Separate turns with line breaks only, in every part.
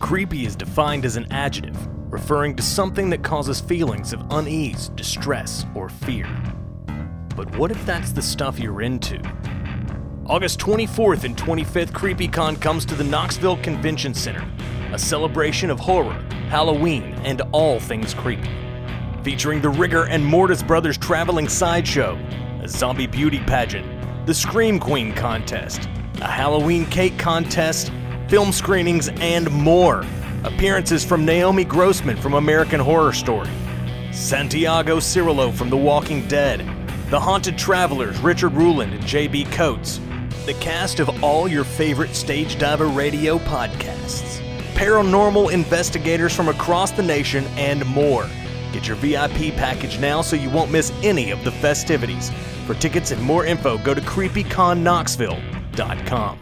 Creepy is defined as an adjective, referring to something that causes feelings of unease, distress, or fear. But what if that's the stuff you're into? August 24th and 25th, CreepyCon comes to the Knoxville Convention Center, a celebration of horror, Halloween, and all things creepy. Featuring the Rigger and Mortis Brothers traveling sideshow, a zombie beauty pageant, the Scream Queen contest, a Halloween cake contest, film screenings, and more. Appearances from Naomi Grossman from American Horror Story, Santiago Cirillo from The Walking Dead, The Haunted Travelers, Richard Ruland and J.B. Coates, the cast of all your favorite Stage Diver radio podcasts, paranormal investigators from across the nation, and more. Get your VIP package now so you won't miss any of the festivities. For tickets and more info, go to creepyconknoxville.com.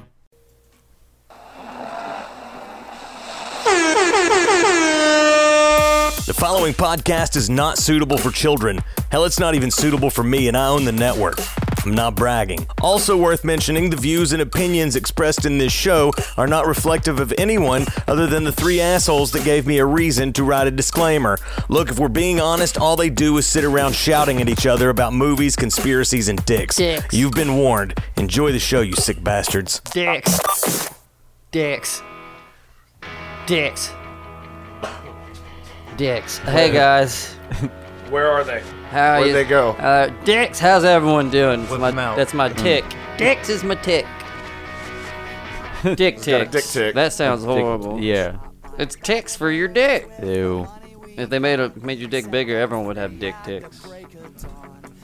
The following podcast is not suitable for children. Hell, it's not even suitable for me, and I own the network. I'm not bragging. Also, worth mentioning the views and opinions expressed in this show are not reflective of anyone other than the three assholes that gave me a reason to write a disclaimer. Look, if we're being honest, all they do is sit around shouting at each other about movies, conspiracies, and dicks.
Dicks.
You've been warned. Enjoy the show, you sick bastards.
Dicks. Dicks. Dicks. Dicks. Hey guys.
Where are they?
How
Where'd
you,
they go?
Uh, Dicks, how's everyone doing? That's my,
them out.
that's my tick. Dicks is my tick. Dick
got a
ticks.
dick tick.
That sounds horrible.
Yeah.
It's ticks for your dick.
Ew.
If they made a, made your dick bigger, everyone would have dick ticks.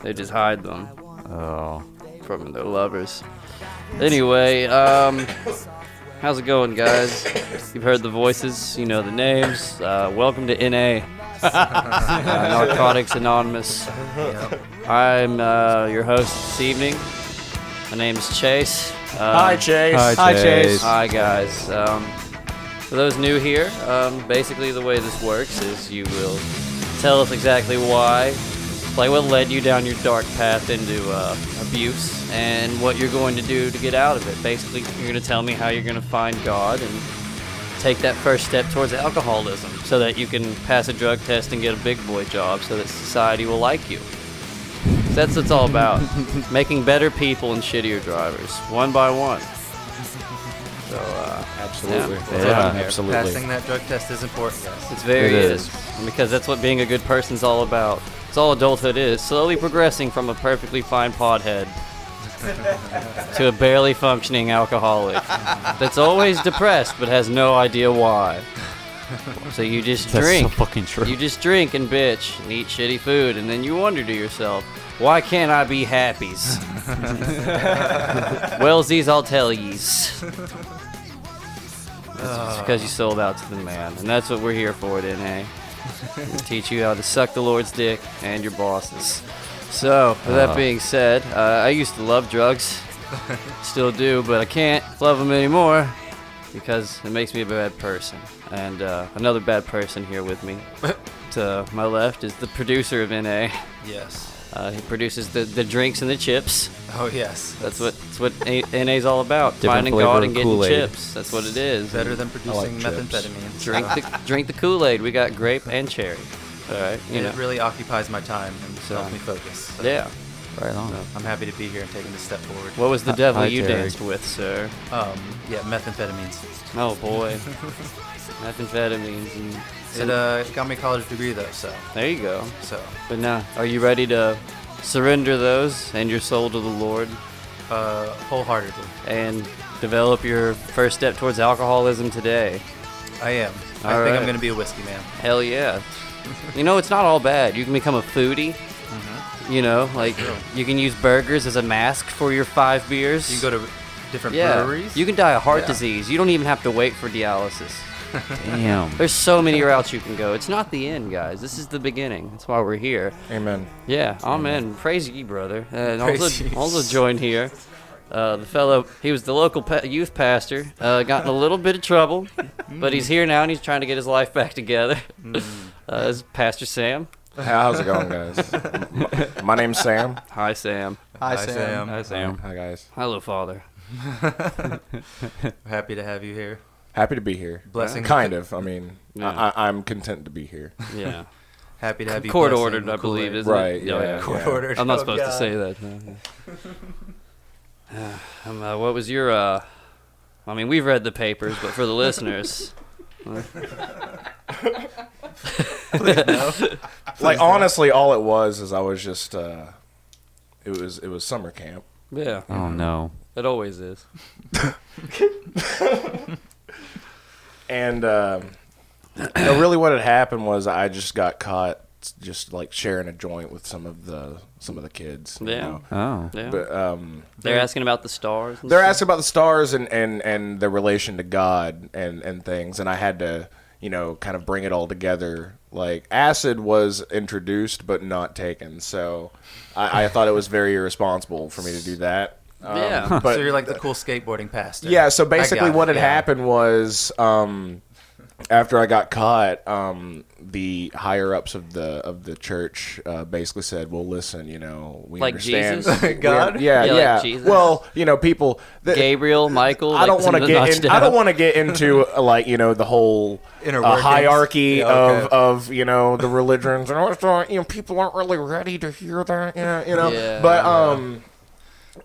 They just hide them
Oh.
from their lovers. Anyway, um, how's it going, guys? You've heard the voices, you know the names. Uh, welcome to NA, uh, Narcotics Anonymous. I'm uh, your host this evening. My name is Chase. Uh,
Hi, Chase.
Hi, Chase.
Hi, guys. Um, for those new here, um, basically the way this works is you will tell us exactly why, like what led you down your dark path into uh, abuse, and what you're going to do to get out of it. Basically, you're going to tell me how you're going to find God and take that first step towards alcoholism so that you can pass a drug test and get a big boy job so that society will like you. That's what it's all about. Making better people and shittier drivers, one by one. So, uh, absolutely.
Yeah, absolutely.
Passing that drug test is important, guys.
It's very
It
is. Because that's what being a good person's all about. It's all adulthood is. Slowly progressing from a perfectly fine podhead to a barely functioning alcoholic that's always depressed but has no idea why. So you just
That's
drink.
so fucking true.
You just drink and bitch and eat shitty food, and then you wonder to yourself, why can't I be happies? Wellsies, I'll tell yees. It's because you sold out to the man, and that's what we're here for, then, hey? Teach you how to suck the Lord's dick and your bosses. So, with that being said, uh, I used to love drugs, still do, but I can't love them anymore because it makes me a bad person. And uh, another bad person here with me, to my left, is the producer of NA.
Yes.
Uh, he produces the, the drinks and the chips.
Oh yes.
That's what that's what A- NA's all about.
Different
Finding
flavor
God
of
and getting
Kool-Aid.
chips. That's what it is.
better
And
than producing
like chips.
methamphetamine.
drink
so
the drink the Kool Aid. We got grape and cherry. All right, you
it
know.
really occupies my time and
So-
helps me focus. So
Yeah.
Right on.
I'm happy to be here and taking this step forward.
What was the devil
hi,
you
Terry.
danced with, sir?
Um, yeah, methamphetamines.
Oh boy, methamphetamines. And
It uh, got me a college degree though, so
there you go.
so
But now, are you ready to surrender those and your soul to the Lord
uh, wholeheartedly,
and develop your first step towards alcoholism today?
I am. I
All
think
right.
I'm gonna be a whiskey man.
Hell yeah. you know, it's not all bad. You can become a foodie.
Mm-hmm.
You know, like you can use burgers as a mask for your five beers.
You can go to different
yeah.
breweries.
You can die of heart
Yeah.
disease. You don't even have to wait for dialysis.
Damn.
There's so many routes you can go. It's not the end, guys. This is the beginning. That's why we're here.
Amen.
Yeah, amen. Praise ye, brother. Uh, And
Praise
also,
ye.
also joined here, uh, the fellow. He was the local pa- youth pastor. Uh, got in a little bit of trouble, but he's here now and he's trying to get his life back together. Uh, is Pastor Sam.
Mm. How's it going, guys? M- My name's Sam.
Hi, Sam.
Hi, Sam.
Sam.
Hi, guys.
Hello, Father.
Happy to have you here.
Happy to be here.
Blessing.
Kind of. I mean,
Yeah.
I, I, I'm content to be here.
Yeah.
Happy to have you.
Court
blessing
ordered, I
Kool-Aid.
believe, isn't
Right.
it? Oh, yeah.
Yeah.
Court
yeah.
ordered.
I'm not
Oh,
supposed to
God.
say that. no. Uh, um, uh, what was your? Uh, I mean, we've read the papers, but for the listeners, uh,
like honestly, all it was is I was just. Uh, it was it was summer camp.
yeah,
Oh no.
it always is.
And um, you know, really, what had happened was I just got caught just like sharing a joint with some of the some of the kids. you
Yeah.
know.
Oh.
Yeah.
But um,
they're asking about the stars. and
they're
stuff.
asking about the stars and and and their relation to God and and things, and I had to you know kind of bring it all together. Like acid was introduced but not taken, so I, I thought it was very irresponsible for me to do that. Um,
Yeah.
but
so you're like the cool skateboarding pastor.
yeah, so
I got
basically
it,
what had
yeah.
happened was um, after I got caught, um, the higher ups of the of the church uh, basically said, "Well, listen, you know, we
Like
understand
Jesus?
we-
God?
yeah,
Yeah,
yeah.
like Jesus?
Well, you know, people. th-
Gabriel, Michael.
I don't want to get. In, I don't want to get into uh, like you know the whole
Inner
uh,
workings.
hierarchy
Yeah, okay.
of of you know the religions and all that. You know, people aren't really ready to hear that. Yeah, you know,
Yeah.
but um,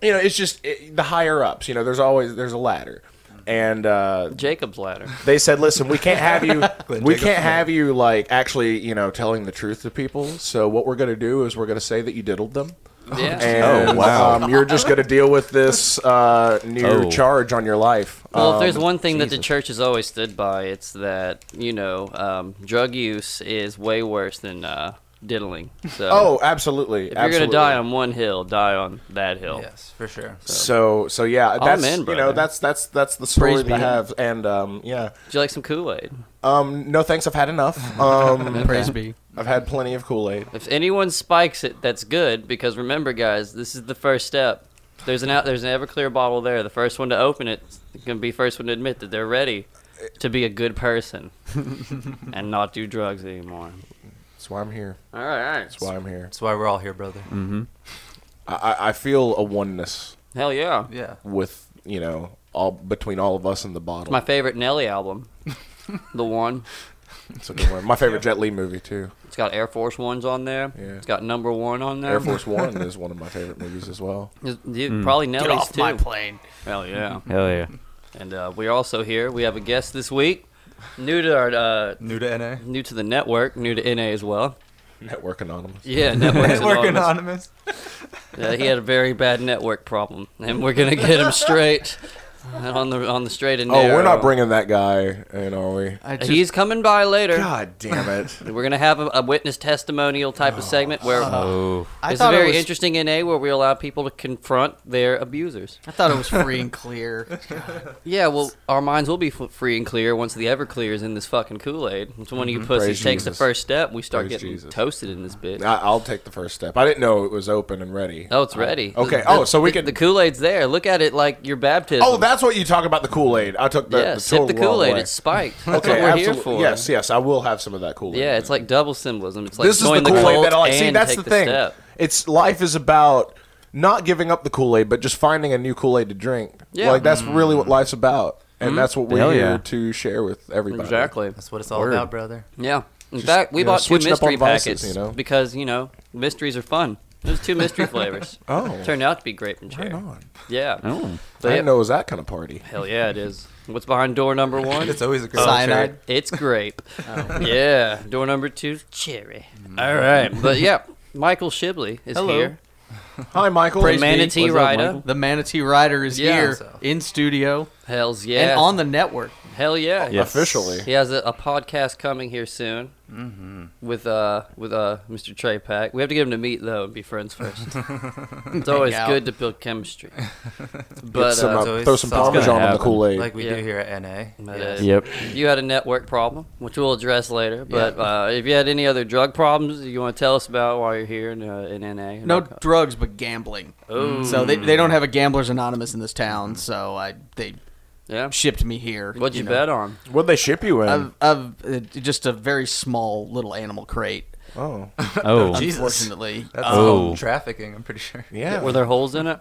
you know, it's just it, the higher ups. You know, there's always there's a ladder, and uh,
Jacob's ladder.
they said, "Listen, we can't have you.
Glenn
we
Jacobs.
can't have you like actually, you know, telling the truth to people. So what we're gonna do is we're gonna say that you diddled them,
Yeah.
and
Oh, wow.
um, you're just gonna deal with this uh, new
Oh.
charge on your life.
Well, if
Um,
there's one thing that the church has always stood by, it's that you know, um, drug use is way worse than uh, diddling. So,
oh, absolutely.
if you're
absolutely.
gonna die on one hill, die on that hill.
Yes, for sure.
So so yeah, that's
in,
you
brother.
know that's that's that's the story
Praise
that I
be.
have, and um yeah,
Would you like some Kool Aid?
um no thanks, I've had enough. Um,
Praise be.
I've had plenty of Kool Aid.
If anyone spikes it, that's good because remember, guys, this is the first step. There's an out, there's an Everclear bottle there. The first one to open it can be first one to admit that they're ready to be a good person and not do drugs anymore.
That's why I'm here.
All right, all right.
That's why I'm here. Mm.
That's why we're all here, brother.
I I, I feel a oneness
Mm-hmm. Hell yeah!
Yeah.
with you know all between all of us and the bottle.
My favorite Nelly album, the one.
It's a good one. My favorite Jet Li movie too.
It's got Air Force Ones on there.
Yeah.
It's got Number One on there.
Air Force One Mm. is one of my favorite movies as well.
It's- dude, Probably Nelly's
Get off
too.
my plane.
Hell yeah!
Mm. Hell yeah.
And uh, we're also here. We have a guest this week, new to our uh,
New to NA.
new to the network, new to NA as well.
Network Anonymous.
Yeah, network
Network
anonymous.
anonymous.
Yeah, he had a very bad network problem, and we're gonna get him straight on the on the straight and
Oh,
narrow.
we're not bringing that guy in, are we?
I
He's coming by later.
God damn it!
We're gonna have a, a witness testimonial type of segment where
Oh.
I
it's a
thought
very
it was,
interesting NA where we allow people to confront their abusers.
I thought it was free and clear.
Yeah, well, our minds will be f- free and clear once the Everclear is in this fucking Kool Aid. Once one of you pussies
Mm-hmm. Praise
takes the
Jesus.
first step, we start
Praise
getting
Jesus.
toasted in this bitch.
I, I'll take the first step. I didn't know it was open and ready.
Oh, it's ready.
Okay.
The-
Oh, so we
the,
can.
the Kool Aid's there. Look at it like your baptism.
oh, that's what you talk about the Kool Aid. I took the,
yeah.
the
sip the
total wrong
Kool Aid.
way.
It's spiked. That's
okay,
what we're
absolutely.
here for.
Yes, yes, I will have some of that Kool Aid.
Yeah, it's like double symbolism. It's like
this is
join
the
the
Kool Aid
cult
that I like. See,
and
that's the
take the
thing.
step.
It's life is about not giving up the Kool Aid, but just finding a new Kool Aid to drink.
Yeah. Mm-hmm.
like that's really what life's about, and that's what we're
Mm. Hell
here
yeah.
to share with everybody.
Hmm? Exactly.
That's what it's all
Word.
about, brother.
Yeah. In fact, we
you know,
bought two
switching up on
mystery
vices,
packets
you know?
because you know mysteries are fun. There's two mystery flavors.
Oh.
Turned out to be grape and cherry.
Right on.
Yeah.
Oh.
I didn't know it was that kind of party.
Hell yeah, it is. What's behind door number one?
It's always a Oh. good
Cyanide.
It's grape. Yeah. Door number two, cherry.
Mm.
All right. But yeah, Michael Shibley is
Hello.
here.
Hi, Michael.
The
Praise me.
manatee
What's up,
rider.
Michael?
The Manatee Rider is
Yeah.
here
So-
in studio
Hells yeah.
and on the network.
Hell yeah.
Yes.
Oh, Officially, Mm-hmm.
He has a, a podcast coming here soon with uh with uh Mr. Trey Pack. We have to get him to meet though and be friends first. it's always
out.
good to build chemistry.
Get
But
some, uh,
uh,
it's always
throw some
something.
parmesan
It's
gonna
on the
happen.
Kool Aid.
Like we
Yeah.
do here at NA.
but, uh,
Yep.
You had a network problem, which we'll address later. But uh, if you had any other drug problems you want to tell us about while you're here in, uh, in NA, and
No
I'll-
drugs, but gambling. So they, they don't have a Gamblers Anonymous in this town. So I they
Mm-hmm. yeah.
shipped me here.
What'd you, bet on?
What'd they ship you in?
Of, of uh, just a very small little animal crate.
oh,
Oh.
Jesus.
Unfortunately,
That's
Oh.
called trafficking, I'm pretty sure.
yeah.
Were there Oh. holes in it?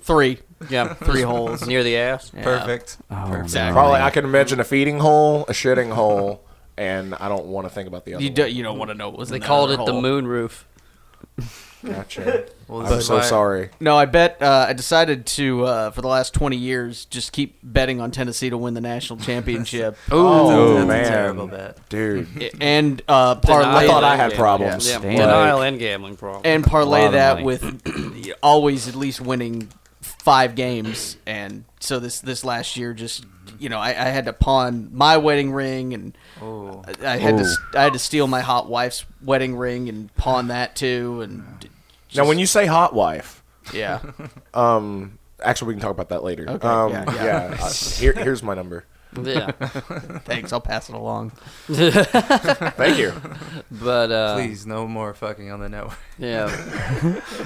Three. Yeah, three holes.
near the ass.
Yeah.
Perfect.
Oh,
Exactly.
man.
Probably I can imagine a feeding hole, a shitting hole, and I don't want to think about the other.
You do, you don't want to know what was
They
in that
called it
other
the
hole.
moon roof.
one. Gotcha.
Well, this
I'm
is
so
why-
sorry.
No, I bet. Uh, I decided to uh, for the last twenty years just keep betting on Tennessee to win the national championship,
oh
that's a
man,
terrible bet.
dude.
and uh, parlay
I thought I
that-
had problems.
Yeah,
Damn.
denial and gambling problem.
and
A lot
parlay
of
that
money.
with always at least winning five games. And so this this last year, just you know, I, I had to pawn my wedding ring, and
Oh.
I, I had to s- I had to steal my hot wife's wedding ring and pawn that too. And
Now, when you say hot wife, um,
yeah,
actually, we can talk about that later.
Okay,
um,
yeah,
yeah,
yeah.
uh, here, here's my number.
yeah,
thanks. I'll pass it along.
Thank you.
but uh,
Please, no more fucking on the network.
Yeah,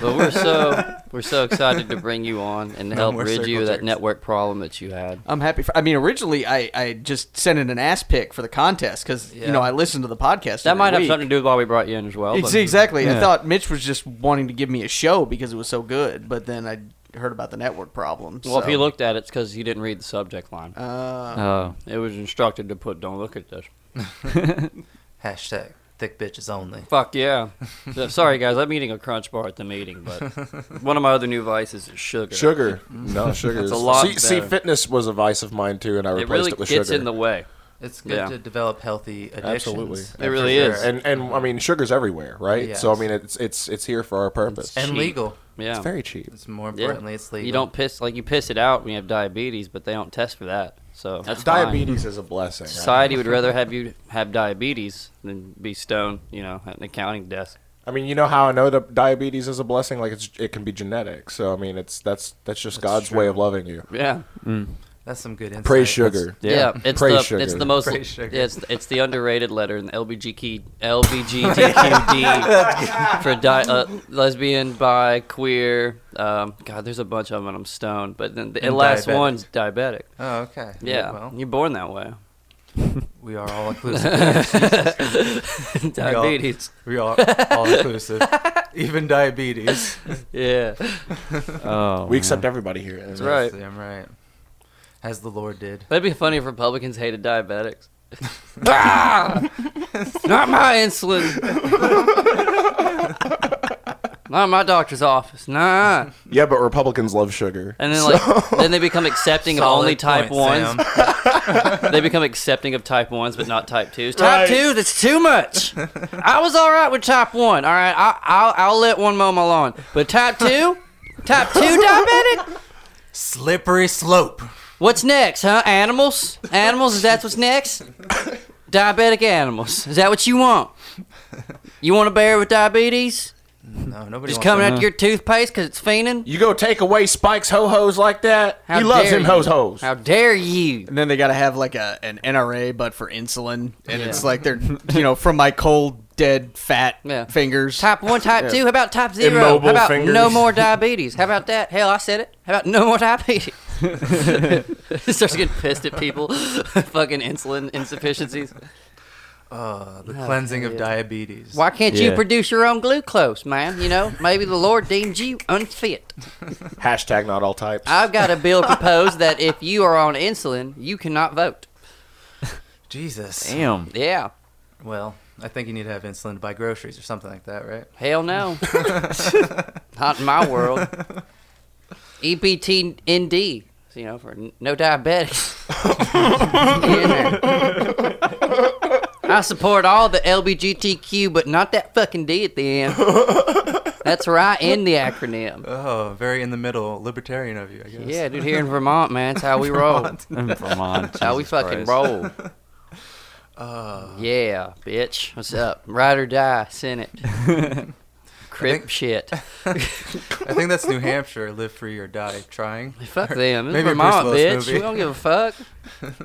but we're so we're so excited to bring you on and
No
help
more
rid you
circle
of that
jerks.
network problem that you had.
I'm happy. For, I mean, originally I, I just sent in an ass pick for the contest because you
Yeah.
know I listened to the podcast.
That
every
might have
week.
something to do with why we brought you in as well.
Ex-
but-
Exactly. I
Yeah.
thought Mitch was just wanting to give me a show because it was so good, but then I heard about the network problem.
Well, if
so-
you looked at it, it's because you didn't read the subject line.
Uh,
Oh,
It was instructed to put "Don't look at this."
Hashtag thick bitches only.
Fuck yeah! So- Sorry guys, I'm eating a Crunch Bar at the meeting, but one of my other new vices is sugar.
Sugar. No, sugar.
That's
is-
a lot
See, see,
better.
fitness was a vice of mine too, and I
It
replaced it,
really
with
gets
sugar.
in the way.
It's good
Yeah.
to develop healthy addictions.
Absolutely.
It really is.
and and I mean, sugar's everywhere, right?
Yes.
So I mean, it's it's it's here for our purpose.
And
cheap.
legal.
Yeah.
It's very cheap.
It's more
Yeah.
importantly, it's legal.
You don't piss like you piss it out when you have diabetes, but they don't test for that. So that's fine.
Diabetes is a blessing.
Society would rather have you have diabetes than be stoned, you know, at an accounting desk.
I mean, you know how I know that diabetes is a blessing? Like it's it can be genetic. So I mean, it's that's that's just God's way of loving you.
Yeah,
That's some good insight.
Praise
That's-
sugar.
Mm. yeah. it's
Praise
the
sugar.
it's the most
Praise sugar.
it's it's the underrated letter in the LBGQ LBGTQD for di- uh, lesbian, bi, queer. Um, God, there's a bunch of them, and I'm stoned. But then the
And
last
diabetic.
one's diabetic.
Oh, okay.
Yeah,
Well,
you're born that way.
we are all inclusive.
diabetes.
we are all inclusive. Even diabetes.
Yeah,
oh.
We accept everybody here. That's
right.
I'm right. As the Lord did.
that'd be funny if Republicans hated diabetics. ah! Not my insulin. Not my doctor's office. Nah.
Yeah, but Republicans love sugar.
And then like then they become accepting of
Solid
only type
point,
ones.
Sam.
They become accepting of type ones, but not type twos. Type two, that's too much. I was all right with type one. All right, I, I'll I'll let one mow my lawn, but type two, type two diabetic.
Slippery slope.
What's next, huh? Animals? Animals? Is that what's next? Diabetic animals. Is that what you want? You want a bear with diabetes?
No, nobody
Just
wants
coming
that.
after your toothpaste because it's fiending?
You go take away Spike's ho hos like that.
How
he loves
dare
him
you.
hos hos.
How dare you?
And then they got to have like a an NRA, but for insulin, and
Yeah.
it's like they're you know from my cold dead fat
Yeah.
fingers.
Type one, type two. How about type zero?
Immobile
How about
fingers.
no more diabetes? How about that? Hell, I said it. How about no more diabetes? Starts getting pissed at people. Fucking insulin insufficiencies.
Uh, the cleansing of diabetes.
Why can't you
Yeah.
produce your own glucose, man? You know, maybe the Lord deemed you unfit.
Hashtag not all types.
I've got a bill proposed that if you are on insulin, you cannot vote.
Jesus.
Damn.
Yeah.
Well, I think you need to have insulin to buy groceries or something like that, right?
Hell no. Not in my world. E EPTND, you know, for n- no diabetics. In there. I support all the LBGTQ, but not that fucking D at the end. That's right in the acronym.
Oh, very in the middle, libertarian of you, I guess.
Yeah, dude, here in Vermont, man, it's how we roll. It's
Vermont.
how we
Jesus
fucking
Christ.
roll.
Uh.
yeah, bitch. What's up? Ride or die, Senate. Crip shit.
I think that's New Hampshire, live free or die, trying.
Fuck them. It's
Maybe a
Vermont,
Bruce
bitch.
Willis
We
movie.
don't give a fuck.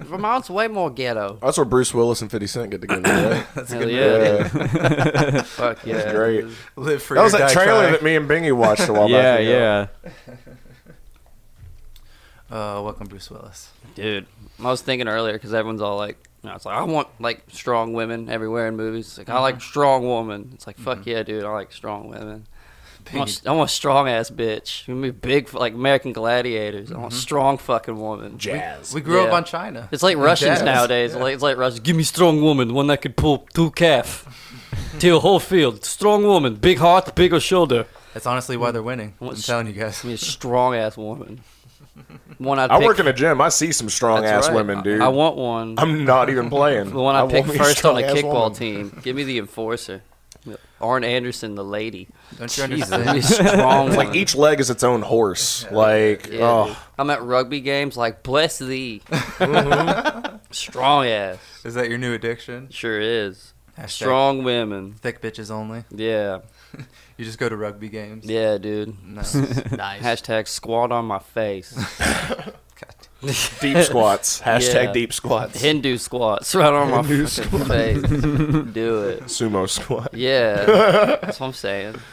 Vermont's way more ghetto.
That's where Bruce Willis and 50 Cent get together. Right?
That's a
Hell
good
yeah.
movie.
Fuck yeah.
That's great.
Live free
That was
or
that
die
trailer
trying.
that me and Bingy watched a while
yeah,
back. ago.
yeah.
Uh, welcome, Bruce Willis.
Dude, I was thinking earlier because everyone's all like, you know, it's like I want like
Mm-hmm.
strong women everywhere in movies. It's like I like strong woman. It's like fuck yeah, dude, I like strong women. I want, I want a strong ass bitch. I mean, big like American gladiators. I want a strong fucking woman.
Mm-hmm. Jazz.
We grew up
Yeah.
on China.
It's like Russians
Jazz.
nowadays. Like, it's like Russians. Give me strong woman, one that could pull two calf, till whole field. Strong woman, big heart, bigger shoulder.
That's honestly why they're winning.
What's-
I'm telling you guys.
I mean, a strong ass woman. One I'd
I
pick-
work in a gym. I see some strong ass
That's right.
women, dude.
I,
I,
I want one.
am not even playing.
the one I,
want
picked
me
first on a
strong-ass
kickball
woman.
team. Give me the enforcer. Arn Anderson, the lady.
Don't you
Jesus, I need a
understand?
strong
It's
one.
like each leg is its own horse. Like,
Yeah, dude.
oh,
I'm at rugby games, like, bless thee. Strong ass.
Mm-hmm. Is that your new addiction?
Sure is.
Hashtag
Strong women.
Thick bitches only.
Yeah.
You just go to rugby games.
Yeah, dude.
No.
Nice.
Hashtag squat on my face.
deep squats. Hashtag
Yeah.
deep squats.
Hindu squats right on my fucking face. Do it.
Sumo squat.
Yeah. That's what I'm saying.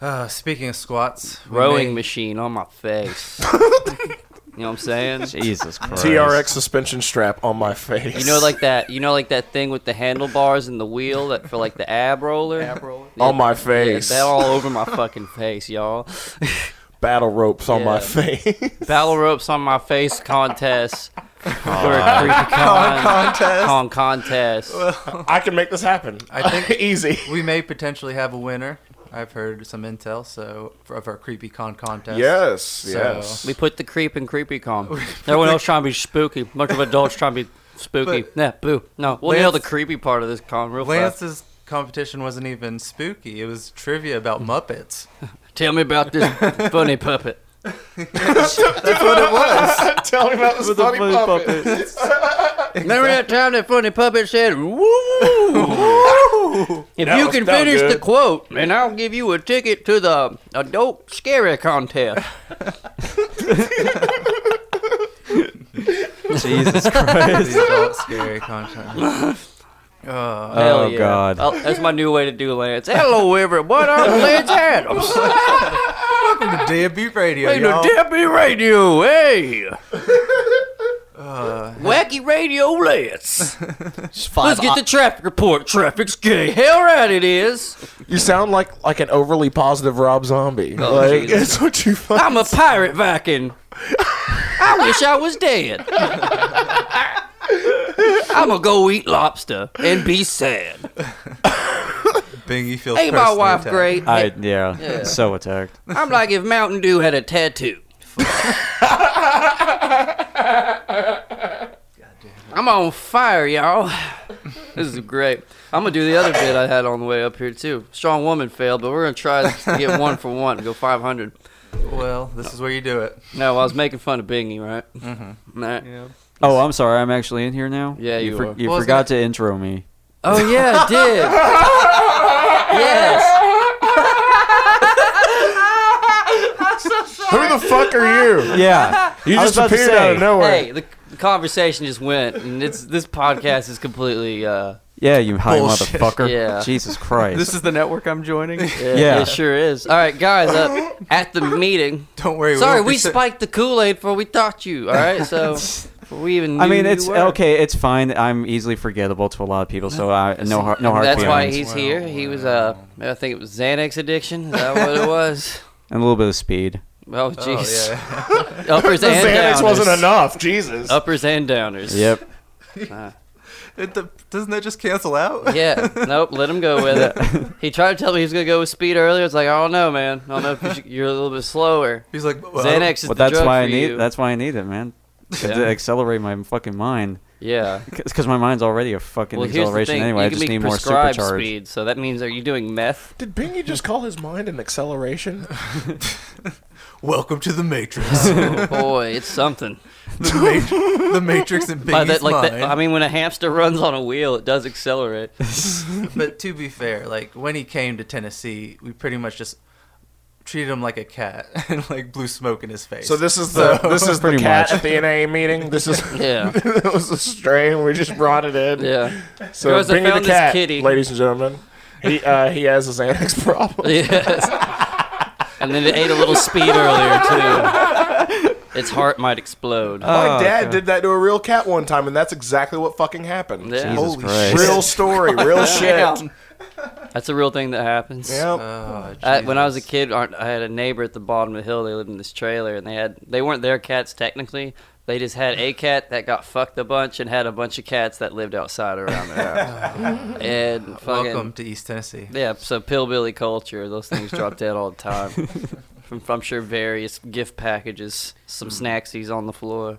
Uh, speaking of squats, we
Rowing
may-
machine on my face. you know what I'm saying?
Jesus Christ.
TRX suspension strap on my face.
You know, like that. You know, like that thing with the handlebars and the wheel that for like the ab roller. Ab roller.
on my face.
that all over my fucking face, y'all.
Battle ropes on my
Yeah.
face.
Battle ropes on my face contest. For a creepy con,
contest.
con contest.
I can make this happen.
I think-
easy.
we may potentially have a winner. I've heard some intel. So for- of our creepy con contest.
Yes,
So-
yes.
We put the creep in creepy con. Everyone else trying to be spooky. Bunch of adults trying to be spooky.
But-
nah, boo. No, we'll nail the
Lance-
creepy part of this con real fast.
Lance's competition wasn't even spooky. It was trivia about Muppets.
Tell me about this funny puppet.
Tell me about this funny puppet.
Remember that time that funny puppet said, "Woo!" if
That
you
was-
can
that was
finish the
good.
quote, and I'll give you a ticket to the adult scary contest.
Jesus
These
Christ.
adult scary content. Uh,
Hell
Oh,
yeah.
God.
I'll- that's my new way to do Lance. Hello, everyone. I'm Lance Adams.
welcome to Debut Radio,
Hey, the
y'all.
Deputy Radio. Hey. Wacky Radio Lance.
Just five
Let's get the traffic report. Traffic's gay. Hell right it is.
You sound like like an overly positive Rob Zombie. like
Oh, Jesus.
it's what you find.
I'm a pirate Viking. I wish I was dead. I'm gonna go eat lobster and be sad.
Bing, you feel
Ain't my
personally
wife
attacked.
great?
I, yeah, So attacked.
I'm like if Mountain Dew had a tattoo. I'm on fire, y'all. This is great. I'm gonna do the other bit I had on the way up here too. Strong woman failed, but we're gonna try to get one for one. Go 500.
Well, this is where you do it.
No, I was making fun of Bingy, right? Mm-hmm.
Oh, I'm sorry. I'm actually in here now.
Yeah, you
for-
are.
you
Well, it's
forgot to intro me.
Oh yeah, I did. yes.
Who the fuck are you?
Yeah,
You
I was
just
about to
appeared
say.
out of nowhere.
Hey, the, the conversation just went, and it's this podcast is completely uh,
yeah, you high
Bullshit.
motherfucker.
Yeah.
Jesus Christ.
This is the network I'm joining.
yeah,
Yeah.
it sure is. All right, guys, uh, at the meeting.
Don't worry.
Sorry,
won't be
we
sit-
spiked the Kool Aid before we taught you. All right, so before we even. Knew
I mean,
you
it's
were.
okay. It's fine. I'm easily forgettable to a lot of people, so I no hard, no hard
That's
feelings.
why he's here. He was uh, I think it was Xanax addiction. Is that what it was?
and a little bit of speed.
Oh
Oh,
jeez,
yeah.
uppers
the
and
Xanax
downers.
wasn't enough. Jesus.
Uppers and downers. Uh,
Yep.
It, the, doesn't that just cancel out?
Yeah, nope. Let him go with it. He tried to tell me he was gonna go with speed earlier. It's like I don't know, man. I don't know if you should, you're a little bit slower.
He's like, well, I don't-
Xanax is
Well,
the
that's
drug
why I
for
need.
you.
That's why I need it, man.
Yeah.
To accelerate my fucking mind,
yeah.
because my mind's already a fucking
Well, here's the
acceleration
thing.
anyway. I
you can
just
be
need more
prescribed
supercharge.
speed. So that means are you doing meth?
Did Bingy just call his mind an acceleration?
Welcome to the Matrix.
Oh boy, it's something.
the, Ma- the Matrix and
By
Biggie's
that, like that,
mind.
I mean, when a hamster runs on a wheel, it does accelerate.
but to be fair, like when he came to Tennessee, we pretty much just treated him like a cat and like blew smoke in his face.
So this is the this is the
Pretty
cat
much.
at the NA meeting. This is
Yeah.
it was a strain. We just brought it in.
Yeah,
So
Girls, I
Bingy
found
the
this
cat,
kitty.
ladies and gentlemen. He uh, he has a Xanax problem.
yes. And then it ate a little speed earlier too. Its heart might explode.
My
Oh,
dad
God.
did that to a real cat one time, and that's exactly what fucking happened.
Yeah.
Jesus
Holy
Christ.
Real story, real shit.
That's a real thing that happens.
Yep.
Oh,
I, when I was a
Jesus.
kid, aren't- I had a neighbor at the bottom of the hill. They lived in this trailer, and they had they weren't their cats technically. They just had a cat that got fucked a bunch, and had a bunch of cats that lived outside around their house. and fucking
welcome to East Tennessee.
yeah, so pillbilly culture. Those things drop dead all the time. From I'm sure various gift packages, some
Mm.
snacksies on the floor.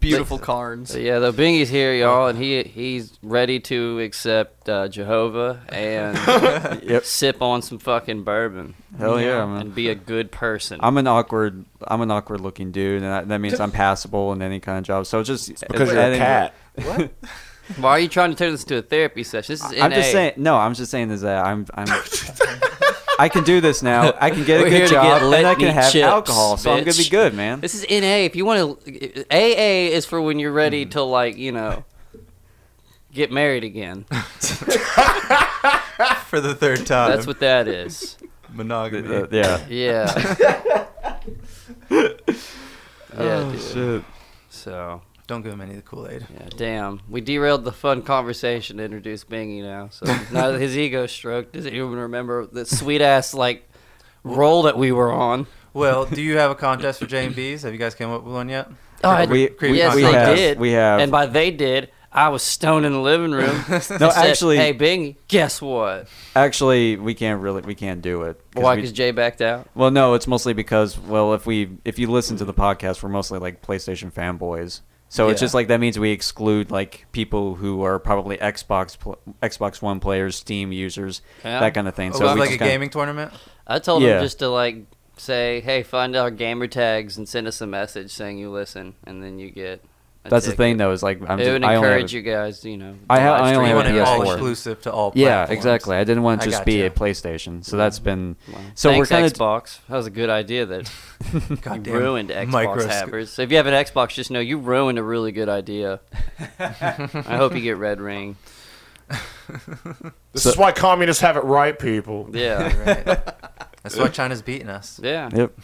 Beautiful Carnes.
So yeah, the Bingy's here, y'all, and he he's ready to accept uh, Jehovah and
Yep.
sip on some fucking bourbon
Hell yeah, man.
and be a good person.
I'm an awkward, I'm an awkward looking dude, and that, that means I'm passable in any kind of job. So just
Because you're a
adding-
cat.
Why are you trying to turn this into a therapy session? This is
I'm just
NA.
saying. No, I'm just saying is that I'm. I'm I can do this now. I can get a
We're here
good
to get
job, and then
let
I can
me
have
chips,
alcohol, so I'm gonna be
bitch.
good, man.
This is NA. If you want to, AA is for when you're ready
Mm-hmm.
to like you know get married again.
For the third time.
That's what that is.
monogamy.
Uh, yeah.
Yeah. yeah, dude. So
Oh, Don't give him any of the Kool Aid.
yeah, damn, we derailed the fun conversation to introduce Bingy now. So now that his ego stroked, doesn't even remember the sweet ass like roll that we were on.
Well, do you have a contest for J and B's? Have you guys came up with one yet?
Oh,
we,
creepy
we-
yes,
we
they
have,
did.
We have.
And by they did, I was stoned in the living room.
no,
I said,
actually,
hey Bingy, guess what?
actually, we can't really, we can't do it. 'Cause
Why?
we-
Because Jay backed out.
well, no, it's mostly because, well, if we, if you listen to the podcast, we're mostly like PlayStation fanboys. So it's
Yeah.
just like that means we exclude like people who are probably Xbox, pl- Xbox One players, Steam users,
Yeah.
that kind of thing.
Oh,
so
was it
we
like a
just kinda-
gaming tournament?
I told
Yeah.
him just to like say, "Hey, find our gamer tags and send us a message saying you listen, and then you get." A
That's the
ticket.
thing, though, is like I'm
it
just,
would
I only have
encourage
a-
you guys, you know.
I
to
have- I
live
only
You
stream
have
want
a
it.
it all
PS4.
exclusive to all.
Yeah,
platforms.
exactly. I didn't want
I
to just be
gotcha.
a PlayStation, so that's been.
Wow.
So
Thanks,
we're kind of
Xbox. That was a good idea that you
Goddamn
ruined Xbox
microsc-
havers. So if you have an Xbox, just know you ruined a really good idea. I hope you get Red Ring.
This is why communists have it right, people.
Yeah,
Right. That's why China's beating us.
yeah,
Yep.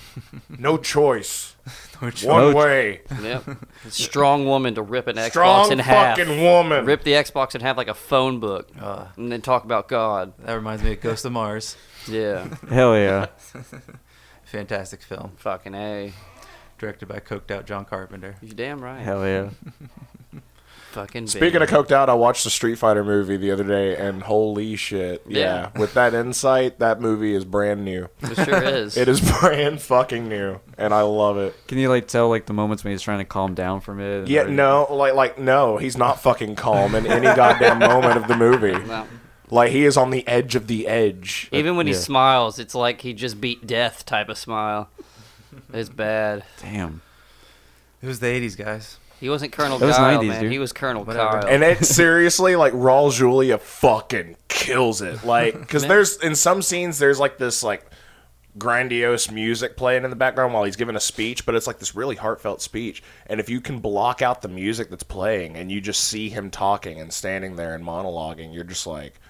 No choice.
We're tr-
One
No-
way.
yep. Strong woman to rip an Xbox
Strong
in half.
fucking woman.
Rip the Xbox in half like a phone book,
Uh,
and then talk about God.
that reminds me of Ghost of Mars.
Yeah,
Hell yeah.
Fantastic film,
fucking a.
directed by coked out John Carpenter.
You're damn right.
Hell yeah.
Fucking
Speaking
big.
of coked out, I watched the Street Fighter movie the other day, and holy shit!
Yeah.
Yeah, with that insight, that movie is brand new.
It sure is.
It is brand fucking new, and I love it.
Can you like tell like the moments when he's trying to calm down from it?
Yeah, no, like like no, he's not fucking calm in any goddamn moment of the movie.
Well,
Like he is on the edge of the edge.
even when he
yeah.
smiles, it's like he just beat death type of smile. It's bad.
Damn.
It was the '80s, guys.
He wasn't Colonel
It was
Kyle,
90s,
man.
dude.
He was Colonel
Whatever.
Kyle.
And it seriously, like Raul Julia fucking kills it. Like, because there's in some scenes there's like this like grandiose music playing in the background while he's giving a speech, but it's like this really heartfelt speech. And if you can block out the music that's playing and you just see him talking and standing there and monologuing, you're just like,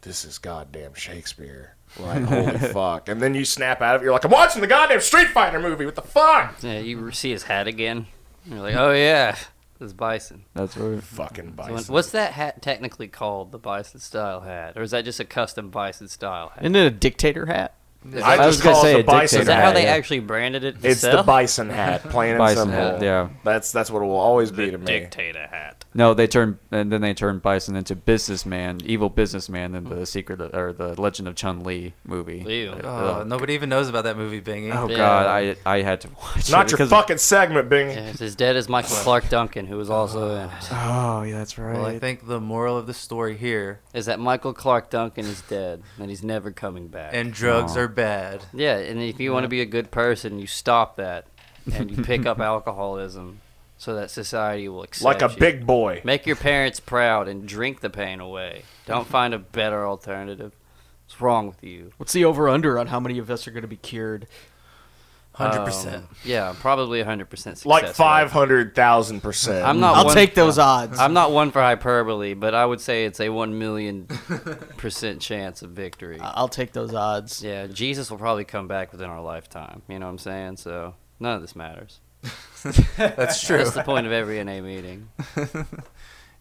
this is goddamn Shakespeare. Like, holy fuck. And then you snap out of it. You're like, I'm watching the goddamn Street Fighter movie. What the fuck?
yeah, you see his hat again. You're like, oh yeah, this bison.
That's right.
Fucking
So
bison.
What's that hat technically called? The bison style hat, or is that just a custom bison style hat?
Isn't it a dictator hat?
I
I was
just
gonna
call
say
it
a
the bison
Is that how
hat,
they
yeah.
actually branded it?
It's the
themselves?
bison hat, plain and
Bison
simple.
hat, yeah.
that's that's what it will always be to me.
dictator hat.
No, they turn and then they turn Bison into businessman, evil businessman in the secret of, or the Legend of Chun Li movie.
Ew.
Uh,
Oh, nobody even knows about that movie, Bingy.
Oh
Yeah.
god, I I had to watch
Not
it
your
because-
fucking segment, Bing.
Yeah, it's as dead as Michael Clark Duncan, who was also in it.
Oh yeah, that's right.
Well, I think the moral of the story here
Is that Michael Clark Duncan is dead and he's never coming back.
and drugs
Aw.
are bad.
yeah, and if you want to be a good person, you stop that and you pick up alcoholism so that society will accept
Like a
you.
big boy.
Make your parents proud and drink the pain away. Don't find a better alternative. What's wrong with you?
What's the over under on how many of us are going to be cured?
Hundred percent.
Um, yeah, probably 100% success.
Like
rate.
five hundred thousand percent.
I'm not
I'll
one-
take those odds.
I'm not one for hyperbole, but I would say it's a 1 million percent chance of victory.
I'll take those odds.
Yeah, Jesus will probably come back within our lifetime. You know what I'm saying? So none of this matters.
That's true.
That's the point of every NA meeting.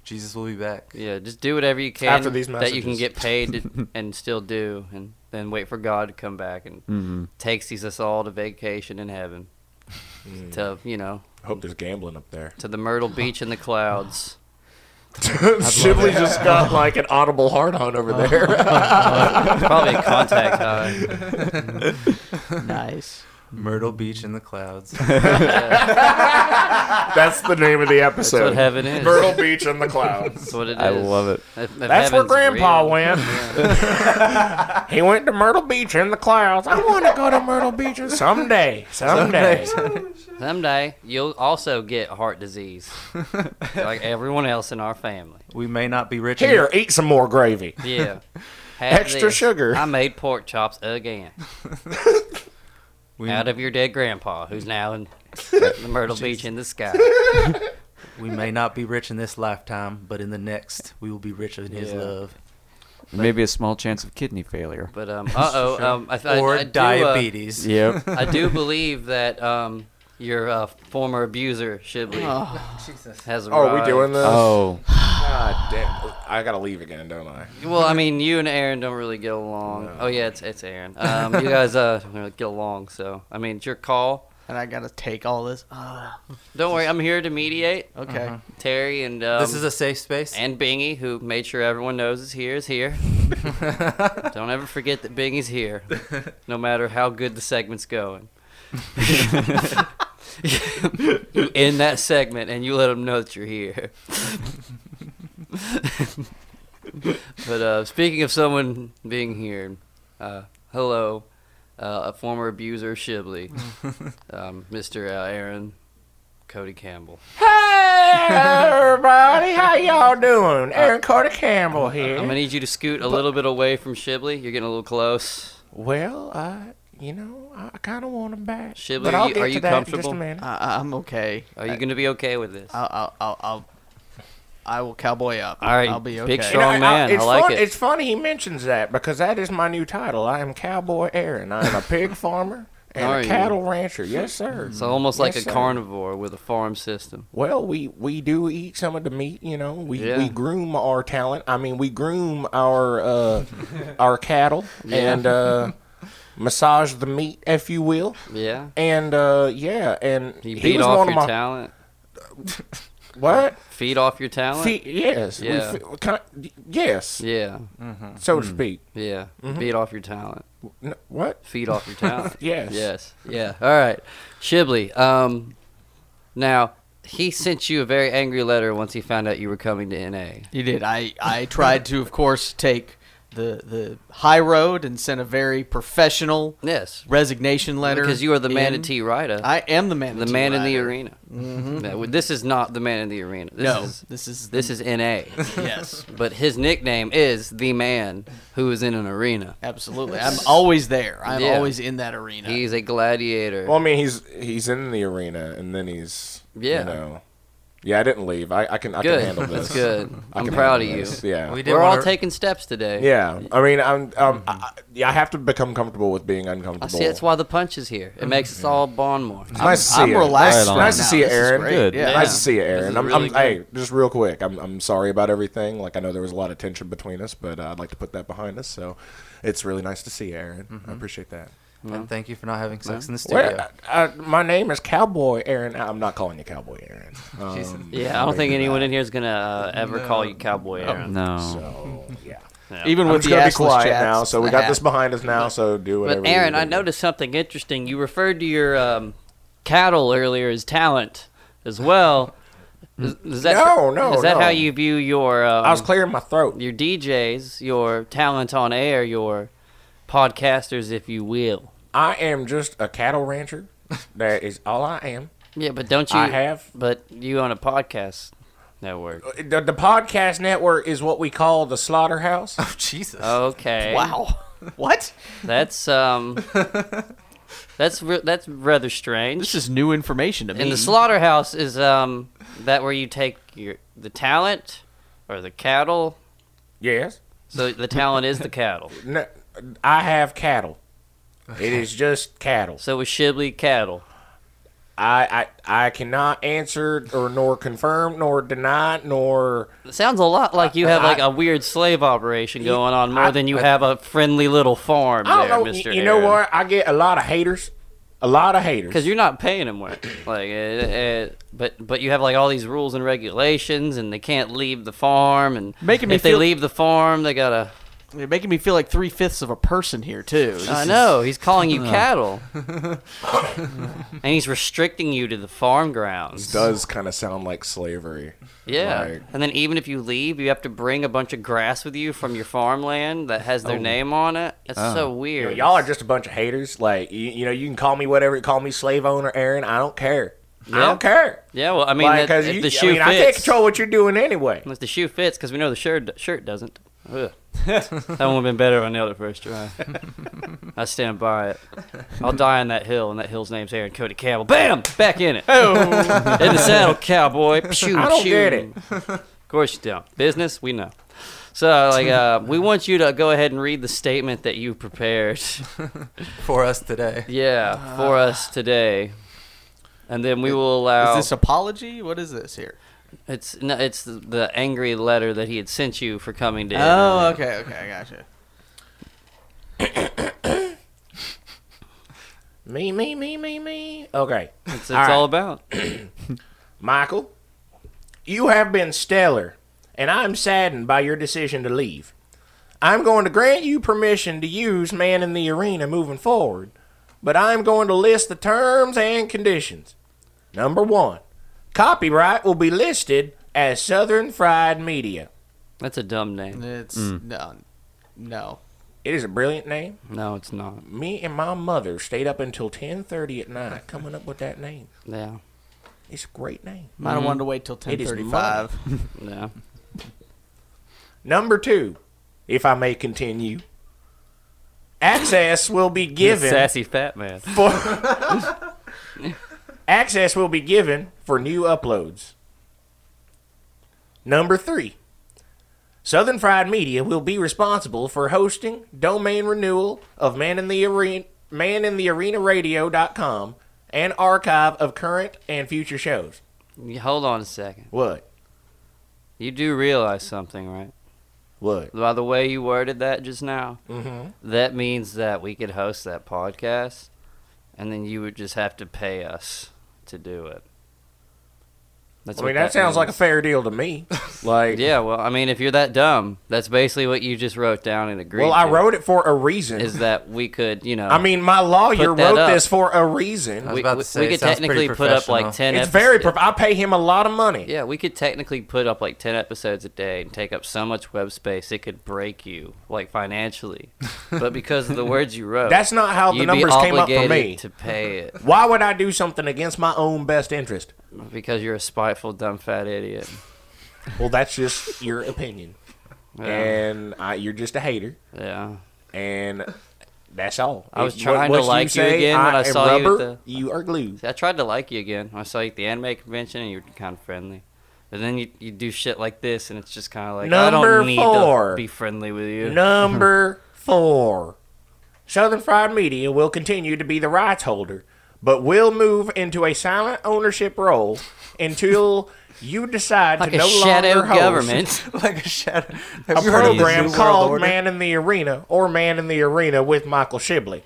Jesus will be back.
Yeah, just do whatever you can
After these
that you can
messages.
get paid to, and still do, and then wait for God to come back and
Mhm.
takes us all to vacation in heaven, to you know,
Mm. Hope there's gambling up there.
to the Myrtle Beach in the clouds.
Shively just got like an audible heart on over there.
Probably a contact high.
nice.
Myrtle Beach in the clouds.
That's the name of the episode.
what heaven is.
Myrtle Beach and the clouds.
That's what it is.
I love it.
If- if
That's where
heaven's
Grandpa
real.
went. he went to Myrtle Beach in the clouds. I want to go to Myrtle Beach someday. Someday.
Someday you'll also get heart disease, like everyone else in our family.
we may not be rich.
Here, eat some more gravy.
Yeah. Have
Extra sugar.
I made pork chops again.
We-
out of your dead grandpa,
Mm.
who's now in the Myrtle Beach in the sky.
In, we may not be rich in this lifetime, but in the next, we will be rich in His
Yeah.
love.
Maybe a small chance of kidney failure.
But um, uh oh, um, I, I,
or
I do, uh,
diabetes.
Yep.
I do believe that um, your uh, former abuser Shibley has
Oh,
arrived.
are we doing this?
oh,
God damn. I gotta leave again, don't I?
Well, I mean, you and Aaron don't really get along. Oh yeah, it's it's Aaron. Um, you guys uh don't really get along, so I mean, it's your call.
And I gotta take all this. Ah,
Don't worry, I'm here to mediate. Uh-huh.
okay.
Terry and um,
this is a safe space.
and Bingy, who made sure everyone knows is here, is here. Don't ever forget that Bingy's here, no matter how good the segment's going. you end that segment and you let them know that you're here. but uh, speaking of someone being here, uh, hello, uh, a former abuser of Shibley, um, Mr. Uh, Aaron Cody Campbell.
Hey, everybody. How y'all doing? Aaron Carter Campbell here.
Uh, I'm gonna need you to scoot a little bit away from Shibley. You're getting a little close.
well, I, you know, I, I kind of want him back.
Shibley,
but
are
I'll
you-
get
are
to
you
that in just
comfortable?
a minute.
I, I'm okay.
Are you gonna be okay with this?
I'll, I'll, I'll, I'll, I will cowboy up.
All right,
I'll be okay.
big strong-
You
man.
it's
I like
fun-
it.
It's funny he mentions that because that is my new title. I am Cowboy Aaron. I am a pig farmer and
Are
a
you?
cattle rancher. Yes, sir.
It's almost like
Yes,
a
sir.
carnivore with a farm system.
Well, we we do eat some of the meat. You know, we
Yeah.
we groom our talent. I mean, we groom our uh, our cattle and uh, massage the meat, if you will.
Yeah.
And uh, yeah, and
You
he
feed
was
off
one
your
of my
talent.
what?
Feed off your talent.
Fe- yes, we
Yeah.
fe- kind yes, Mm-hmm.
Yeah. Hmm.
so to speak. Mm-hmm.
Yeah. Feed off your talent.
N- what?
Feed off your talent.
Yes.
Yes. Yeah. All right. Shibley. Um. Now he sent you a very angry letter once he found out you were coming to NA.
You did. I, I tried to, of course, take the the high road and sent a very professional
Yes.
resignation letter.
Because you are the
in.
manatee rider.
I am the man.
the man in the arena. No, this is not the man in the arena. This
Mm-hmm. No,
is
this is
this is NA.
yes,
but his nickname is the man who is in an arena.
absolutely. I'm always there. I'm
Yeah.
always in that arena.
He's a gladiator.
Well, I mean, he's he's in the arena, and then he's
Yeah.
You know, yeah, I didn't leave. I, I can I
good.
can handle this.
That's good.
I
I'm
can
proud of
handle
you.
this. Yeah.
We did
We're all
wanna-
taking steps today.
yeah, I mean, I'm, um, I, I- yeah, I have to become comfortable with being
I
uncomfortable.
see. That's why the punch is here. It makes us all bond more.
It's nice to see
I'm
you.
relaxed
Nice,
right
nice
now.
to see you,
This is
Aaron.
great. Good.
Yeah.
Nice to see you,
This is
Aaron. I'm,
really
I'm, hey,
good.
just real quick, I'm, I'm sorry about everything. Like I know there was a lot of tension between us, but uh, I'd like to put that behind us. So, it's really nice to see you, Aaron. I appreciate that.
And thank you for not having sex in the studio.
Well, uh, my name is Cowboy Aaron. I'm not calling you Cowboy Aaron. Um,
Yeah, I don't think anyone in here is gonna uh, ever call you cowboy.
Uh,
Aaron.
no.
So yeah.
Even
I'm
with
just
the
gonna be
assless
quiet
chaps,
now. So we
I
got
have.
this behind us now. So do whatever.
But
you
Aaron,
need to
I
do.
noticed something interesting. You referred to your um, cattle earlier as talent as well. Is, is that
Hmm. No, no,
Is that
no.
how you view your? Um,
I was clearing my throat.
your DJs, your talent on air, your podcasters, if you will.
I am just a cattle rancher. That is all I am.
Yeah, but don't you?
I have.
But you on a podcast network.
Uh, The, the podcast network is what we call the slaughterhouse.
Jesus.
Okay.
Wow. What?
That's um. that's re- that's rather strange.
This is new information to me.
and the slaughterhouse is um that where you take your the talent or the cattle.
yes.
So the talent is the cattle.
No, I have cattle. It is just cattle.
So is Shibley cattle.
I, I I cannot answer or nor confirm nor deny nor
It sounds a lot like you have
I-
like a weird slave operation going on more
I-
than you have a friendly little farm
I
there,
don't know.
Mr.
You, you know what? I get a lot of haters, a lot of haters.
Because you're not paying them well. Like, it, it, but but you have like all these rules and regulations, and they can't leave the farm. And
Making me
if they
feel-
leave the farm, they gotta.
You're making me feel like three fifths of a person here too. This
I
is-
know he's calling you cattle, and he's restricting you to the farm grounds.
does kind of sound like slavery.
Yeah,
Like,
and then even if you leave, you have to bring a bunch of grass with you from your farmland that has
Oh.
their name on it. It's so
Oh. you know,
weird.
y'all are just a bunch of haters. Like you, you know, you can call me whatever. Call me slave owner, Aaron. I don't care. I
Yeah.
don't care.
Yeah, well, I mean,
Like,
that,
'cause
if
you-
the shoe
I mean, I
fits,
can't control what you're doing anyway.
unless the shoe fits, because we know the shirt shirt doesn't. Ugh. that one would have been better on the other first try. I stand by it. I'll die on that hill, and that hill's name's Aaron Cody Campbell. Bam! Back in it. Oh. in the saddle, cowboy. Pshoo,
I don't
pshoo.
get it.
Of course you don't. Business, we know. So, like, uh, we want you to go ahead and read the statement that you prepared.
for us today.
Uh,
Yeah, for us today, and then we will allow.
Is this apology? What is this here?
It's no, it's the, the angry letter that he had sent you for coming to.
Oh, okay, okay, I gotcha.
Me, me, me, me, me. Okay.
it's, it's
All right.
all about.
Michael, you have been stellar, and I'm saddened by your decision to leave. I'm going to grant you permission to use Man in the Arena moving forward, but I'm going to list the terms and conditions. Number one, copyright will be listed as Southern Fried Media.
That's a dumb name.
It's no, no.
It is a brilliant name.
No, it's not.
Me and my mother stayed up until 10:30 at night coming up with that name.
Yeah, Mm-hmm.
It's a great name.
Might have wanted to wait till ten
It is
thirty-five.
yeah.
Number two, if I may continue, access will be given
Sassy fat man.
for access will be given for new uploads. Number three, Southern Fried Media will be responsible for hosting domain renewal of Man in the Arena, Man in the Arena Radio.com, and archive of current and future shows.
You- Hold on a second.
What? Oh.
You do realize something, right?
What?
By the way you worded that just now,
Mm-hmm.
that means that we could host that podcast, and then you would just have to pay us to do it. That's
I
what
mean, that sounds like a
means.
fair deal to me. Like,
Yeah, well, I mean, if you're that dumb, that's basically what you just wrote down and agreed.
Well, I
to,
wrote it for a reason.
is that we could, you know,
I mean, my lawyer
Uh, Put that
wrote
up.
this for a reason.
I was
we,
about to
we-
say,
we
it
could
sounds pretty
technically put up like
professional.
ten.
It's
episodes.
very. Prof- I pay him a lot of money.
Yeah, we could technically put up like ten episodes a day and take up so much web space it could break you, like financially. but because of the words you wrote,
That's not how the
you'd
numbers
be
came up for
obligated
me.
to pay it
Why would I do something against my own best interest?
because you're a spiteful, dumb, fat idiot.
Well, that's just your opinion,
Yeah,
and I, you're just a hater,
yeah.
and that's all.
I was
If-
trying to
once
like you again when I
am
saw you at
rubber,
the-
You are glue.
See, I tried to like you again. I saw you at the anime convention and you were kind of friendly. But then you, you do shit like this and it's just kind of like, I
Number
don't need
four.
to be friendly with you.
Number four. Southern Fried Media will continue to be the rights holder, but will move into a silent ownership role until you decide
like
to
a
no
shadow
longer host
government.
like a shadow.
a
Have you heard of
program
New World
called
Order?
Man in the Arena or Man in the Arena with Michael Shibley.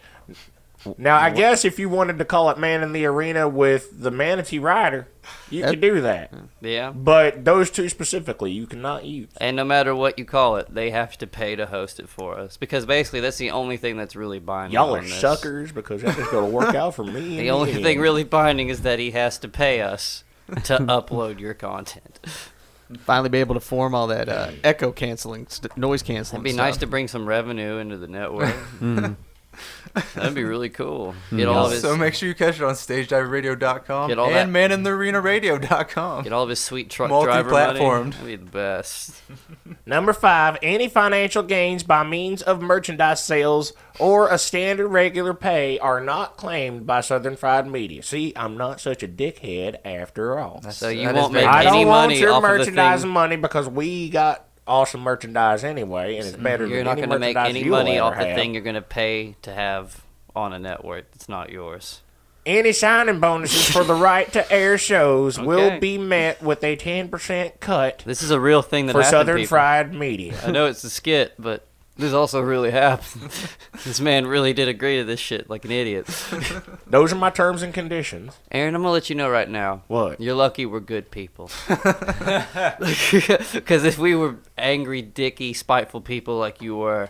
Now, I guess if you wanted to call it Man in the Arena with the Manatee Rider, you could do that.
yeah.
But those two specifically, you cannot use.
And no matter what you call it, they have to pay to host it for us. Because basically, that's the only thing that's really binding.
Y'all
on
are
this.
suckers because that is going to work out for me. in
The only
end.
thing really binding is that he has to pay us to upload your content.
Finally, be able to form all that uh, echo canceling, st- noise canceling.
It'd be
stuff.
nice to bring some revenue into the network. That'd be really cool. Get all of his
So make sure you catch it on StageDiveRadio.com
Get all
and
that-
ManInTheArenaRadio.com.
Get all of his sweet truck driver money.
Multi-platformed.
That'd be the best.
Number five, any financial gains by means of merchandise sales or a standard regular pay are not claimed by Southern Fried Media. See, I'm not such a dickhead after all.
So you
that is
won't
very
make
I
any
don't want
money
your
off of the
merchandise
thing.
money because we got awesome merchandise anyway, and it's better
You're
than
not
any
going to make
merchandise
any
you'll
money
ever
off the
have.
thing you're going to pay to have on a network that's not yours.
Any signing bonuses for the right to air shows
Okay.
will be met with a 10% cut
This is a real thing that
for
happened.
Southern
people.
Fried Media.
I know it's a skit, but this also really happened. this man really did agree to this shit like an idiot.
Those are my terms and conditions.
Aaron, I'm gonna let you know right now.
What?
You're lucky we're good people. Because if we were angry, dicky, spiteful people like you were,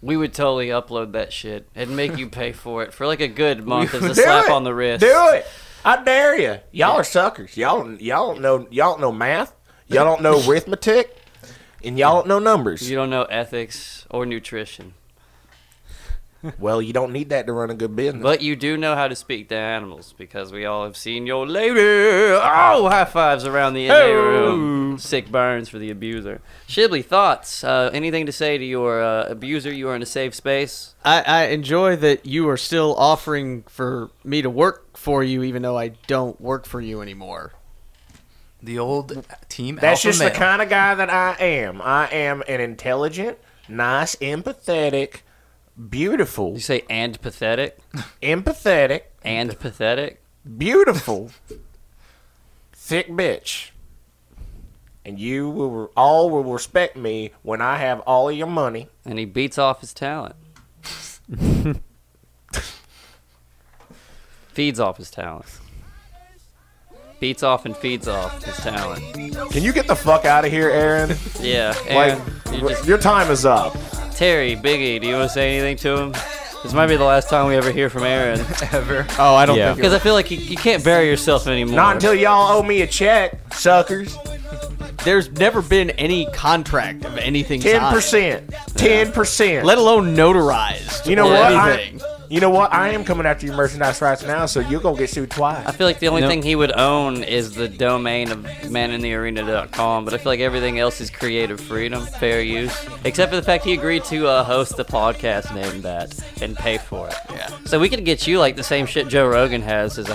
we would totally upload that shit and make you pay for it for like a good month as a slap on the wrist.
Do it. I dare you. Y'all are suckers. Y'all y'all don't know y'all don't know math. Y'all don't know arithmetic. And y'all don't know numbers.
You don't know ethics or nutrition,
Well, you don't need that to run a good business.
but you do know how to speak to animals because we all have seen your lady. Oh, high fives around the NA room. Sick burns for the abuser. Shibley, thoughts? Uh, anything to say to your uh, abuser? You are in a safe space.
I, I enjoy that you are still offering for me to work for you, even though I don't work for you anymore.
The old team
That's
alpha
just
male.
the kind of guy that I am. I am an intelligent, nice, empathetic, beautiful,
You say and pathetic?
empathetic,
And pathetic?
beautiful, thick bitch. And you will all will respect me when I have all of your money.
And he beats off his talent. Feeds off his talent. Beats off and feeds off his talent.
Can you get the fuck out of here, Aaron?
Yeah.
like,
Aaron, you just,
your time is up.
Terry, Biggie, do you want to say anything to him? This might be the last time we ever hear from Aaron.
Oh, I don't
Yeah.
think
Because I feel like you, you can't bury yourself anymore.
Not until y'all owe me a check, suckers.
there's never been any contract of anything
Ten
signed,
percent. Ten percent.
let alone notarized.
You know
or
what? I,
anything.
you know what? I am coming after your merchandise rights now, so you're gonna get sued twice.
I feel like the only
Nope.
thing he would own is the domain of maninthearena.com, but I feel like everything else is creative freedom, fair use, except for the fact he agreed to uh, host the podcast named that and pay for it.
Yeah.
So we could get you like the same shit Joe Rogan has as a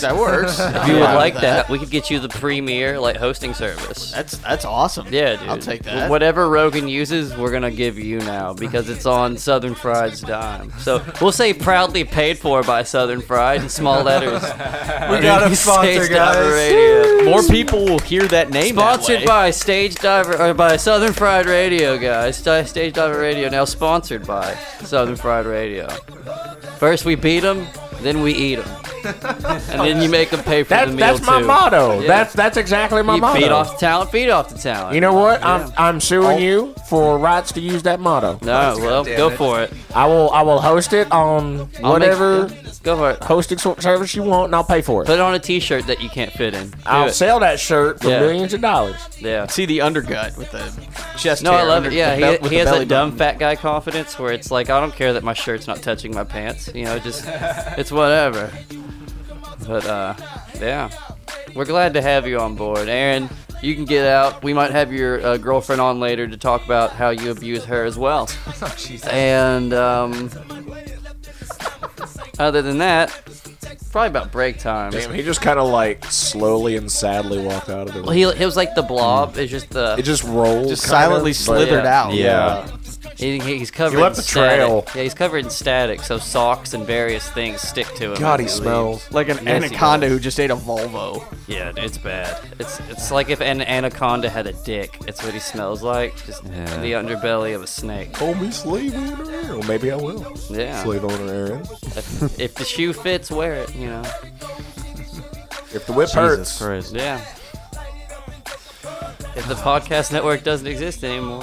that works.
If you would like that, we could get you the premier like hosting service.
That's that's awesome.
Yeah, dude.
I'll take that.
Whatever Rogan uses, we're gonna give you now because it's on Southern Fried's dime. So we'll say proudly paid for by Southern Fried in small letters.
Uh,
we
got a sponsor, guys.
More people will hear that name. that
Sponsored
way.
by Stage Diver or by Southern Fried Radio, guys. Sti- Stage Diver Radio now sponsored by Southern Fried Radio. First we beat them, then we eat them, and then you make them pay for
That,
the meal
that's my
too.
motto.
Yeah.
That's that's exactly my
you
motto.
feed off the talent, feed off the talent.
you know what? I'm I'm
Oh.
suing you for rights to use that motto.
No, well, go for it.
I will I will host it on
I'll make-
whatever
yeah, go for it.
hosting so- service you want, and I'll pay for it.
Put on a T-shirt that you can't fit in. Do
I'll
it.
sell that shirt for
Yeah.
millions of dollars.
Yeah.
see the undergut with the chest.
No,
hair
I love
under-
it. Yeah,
the bel-
he,
with
he
the
has
belly
that dumb
button.
fat guy confidence where it's like, I don't care that my shirt's not touching my pants. You know, just it's whatever. But uh, yeah, we're glad to have you on board, Aaron. You can get out. We might have your uh, girlfriend on later to talk about how you abuse her as well.
Oh, Jesus.
And um, other than that, probably about break time.
Damn, he just kind of like slowly and sadly walked out of the room.
Well, he, it was like the blob. It's just the
it just rolled.
Just
kinda,
silently
but-
slithered
yeah.
out.
Yeah.
He, he- he's covered.
left
in
the trail.
static. Yeah, he's covered in static, so socks and various things stick to him.
God,
as
he smells.
Like an
Yes, he
anaconda
does.
who just ate a Volvo.
leaves. Yeah, dude, it's bad. It's it's like if an anaconda had a dick. It's what he smells like. Just
Yeah.
the underbelly of a snake.
Call me slave owner Aaron. Well, maybe I will.
Yeah.
Slave owner Aaron.
If, if the shoe fits, wear it. You know.
If the whip
Jesus
hurts,
Christ.
Yeah. If the podcast network doesn't exist anymore.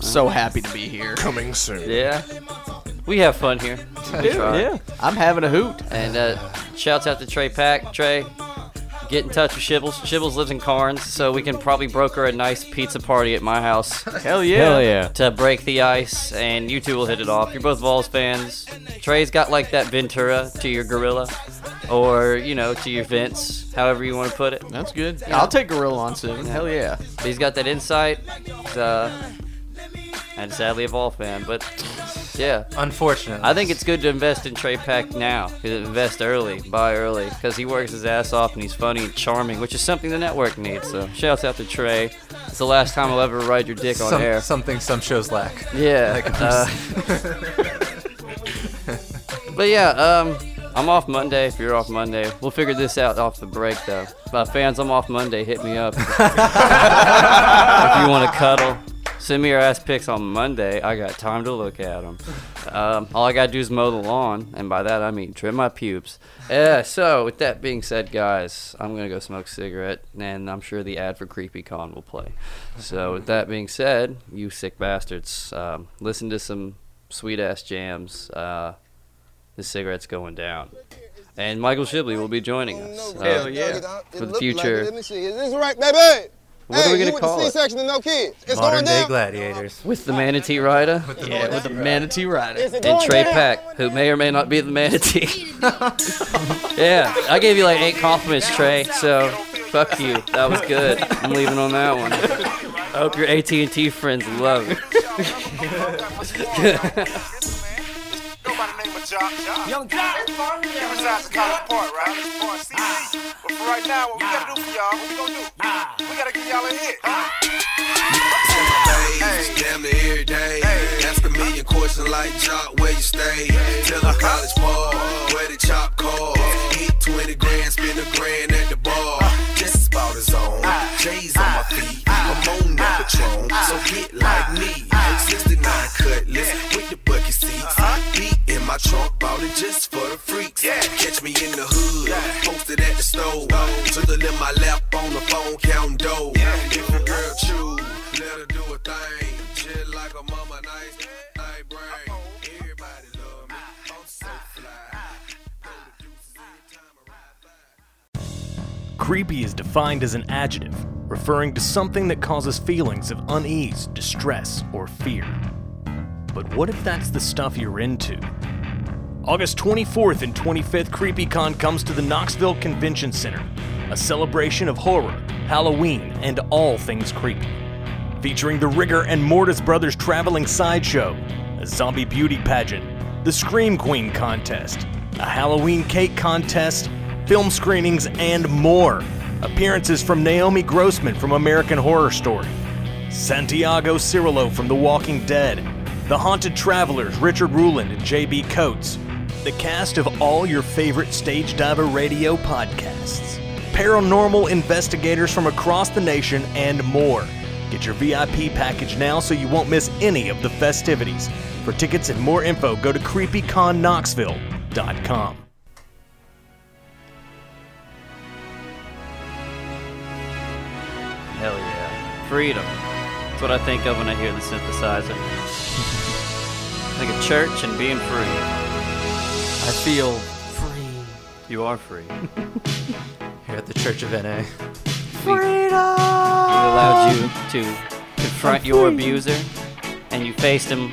So happy to be here.
coming soon.
Yeah. We have fun here. We try.
Yeah.
I'm having a hoot.
And uh, shouts out to Trey Pack. Trey, get in touch with Shibbles. Shibbles lives in Carnes, so we can probably broker a nice pizza party at my house
Hell yeah.
Hell yeah.
to break the ice, and you two will hit it off. You're both Vols fans. Trey's got like that Ventura to your Gorilla, or, you know, to your Vince, however you want to put it.
That's good. I'll take Gorilla on soon. Hell yeah.
But he's got that insight, he's, uh, and sadly a Vol fan, but yeah.
Unfortunately.
I think it's good to invest in Trey Pack now. Invest early, buy early, because he works his ass off and he's funny and charming, which is something the network needs. So shouts out to Trey. It's the last time I'll ever ride your dick on
some,
air. uh,
something some shows lack.
yeah.
Like,
uh, but yeah, um, I'm off Monday. If you're off Monday, we'll figure this out off the break, though. My fans, I'm off Monday. Hit me up if you want to cuddle. Send me your ass pics on Monday. I got time to look at them. Um, all I gotta do is mow the lawn, and by that I mean trim my pubes. Yeah. So with that being said, guys, I'm gonna go smoke a cigarette, and I'm sure the ad for CreepyCon will play. So with that being said, you sick bastards, um, listen to some sweet ass jams. Uh, the cigarettes going down. And Michael Shibley will be joining us. uh,
Hell yeah.
For the future.
Let me see. Is this right, baby?
What are
Hey,
we
you
gonna
with
call
the
it?
C-section and no kids. It's going
Modern day
down.
gladiators.
With the Manatee Rider
Yeah, with the manatee rider.
Is it
and
going
Trey
down?
Pack, who may or may not be the Manatee. yeah, I gave you like eight compliments, Trey. So fuck you. That was good. I'm leaving on that one. I hope your AT&T friends love it.
Young Doc. He resides in College Park, right? College Park, CC. But for right now, what we gotta do for y'all, what we gonna do? We gotta give y'all a hit.
days, damn near every day. Ask a million questions like Jock, where you stay. Tell them college ball, where the chop call. Hit 20 grand, spend a grand at the bar.
Ah.
Just about a zone. J's on my feet. I'm on that
Ah.
patron, so get like me. 69 cutlass with the bucket seats. Beat in my trunk, bought it just for the freaks. Catch me in the hood, posted at the store. Twiddling my lap on the phone, counting dough. If a girl choose. Let her do a thing. Shit like a mama nice. I brain. Everybody love me. I'm so fly. Throw the deuces anytime I ride by.
Creepy is defined as an adjective, referring to something that causes feelings of unease, distress, or fear. But what if that's the stuff you're into? August 24th and 25th, CreepyCon comes to the Knoxville Convention Center, a celebration of horror, Halloween, and all things creepy. Featuring the Rigger and Mortis Brothers traveling sideshow, a zombie beauty pageant, the Scream Queen contest, a Halloween cake contest, film screenings, and more. Appearances from Naomi Grossman from American Horror Story, Santiago Cirillo from The Walking Dead, The Haunted Travelers, Richard Ruland and J.B. Coates, the cast of all your favorite Stage Diver radio podcasts, paranormal investigators from across the nation, and more. Get your VIP package now so you won't miss any of the festivities. For tickets and more info, go to creepyconknoxville.com.
Hell yeah. Freedom. That's what I think of when I hear the synthesizer. I think of church and being free.
I feel free.
You are free. We
Here at the Church of NA.
allowed you to confront your abuser, and you faced him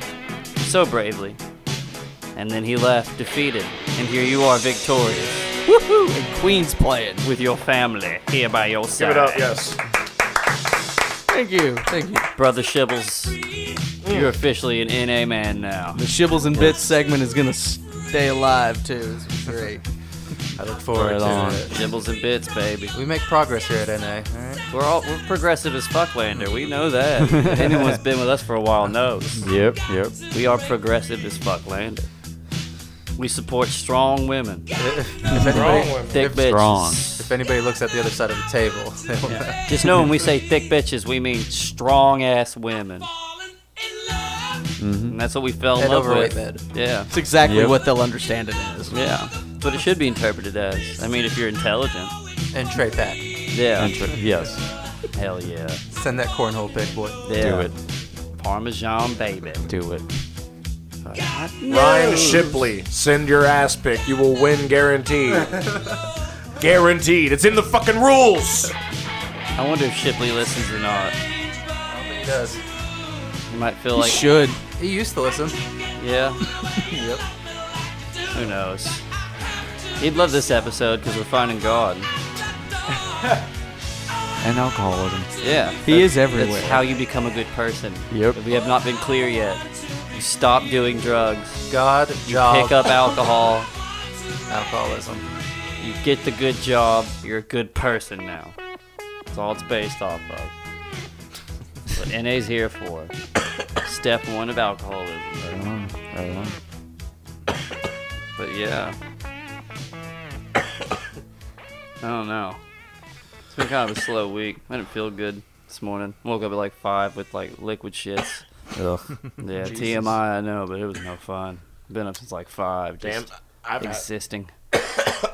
so bravely. And then he left defeated, and here you are victorious
And Queen's playing.
with your family here by your side.
yes.
Thank you. Thank you. Mm.
Brother Shibbles, you're officially an NA man now.
The Shibbles and Bits segment is gonna stay alive too. This is great.
I look forward
Right
to
on.
it.
Shibbles and bits, baby.
We make progress here at NA. All right.
We're all we're progressive as fuck, Lander. We know that. If anyone's been with us for a while knows.
Yep, yep.
We are progressive as fuck, Lander. We support strong women. Thick bitches.
Strong.
If anybody looks at the other side of the table, they will-
Just know when we say thick bitches, we mean strong ass women. And that's what we fell in
Head
love
over
with.
bed.
Yeah.
It's exactly
Yep.
what they'll understand it as.
Yeah. That's what it should be interpreted as. I mean, if you're intelligent.
and Trey Pack.
Yeah.
Intro- yes,
Hell yeah.
Send that cornhole big boy.
Yeah.
do it,
Parmesan, baby.
do it.
Ryan Shipley, send your ass pic. You will win guaranteed. guaranteed. It's in the fucking rules.
I wonder if Shipley listens or not.
He does.
He might feel
You
like
should.
He used to listen.
Yeah. Who knows? He'd love this episode because we're finding God.
And alcoholism.
Yeah.
He is
That's-
everywhere.
That's how you become a good person.
Yep.
We have not been clear yet. You stop doing drugs.
God,
You
job,
pick up alcohol.
alcoholism.
You get the good job. You're a good person now. That's all it's based off of. What NA's here for. Step one of alcoholism.
Right on, right on.
But yeah. I don't know. It's been kind of a slow week. I didn't feel good this morning. Woke up at like five with like liquid shits. Ugh. Yeah,
Jesus.
TMI. I know, but it was no fun. Been up since like five. Just
Damn, I've-
existing.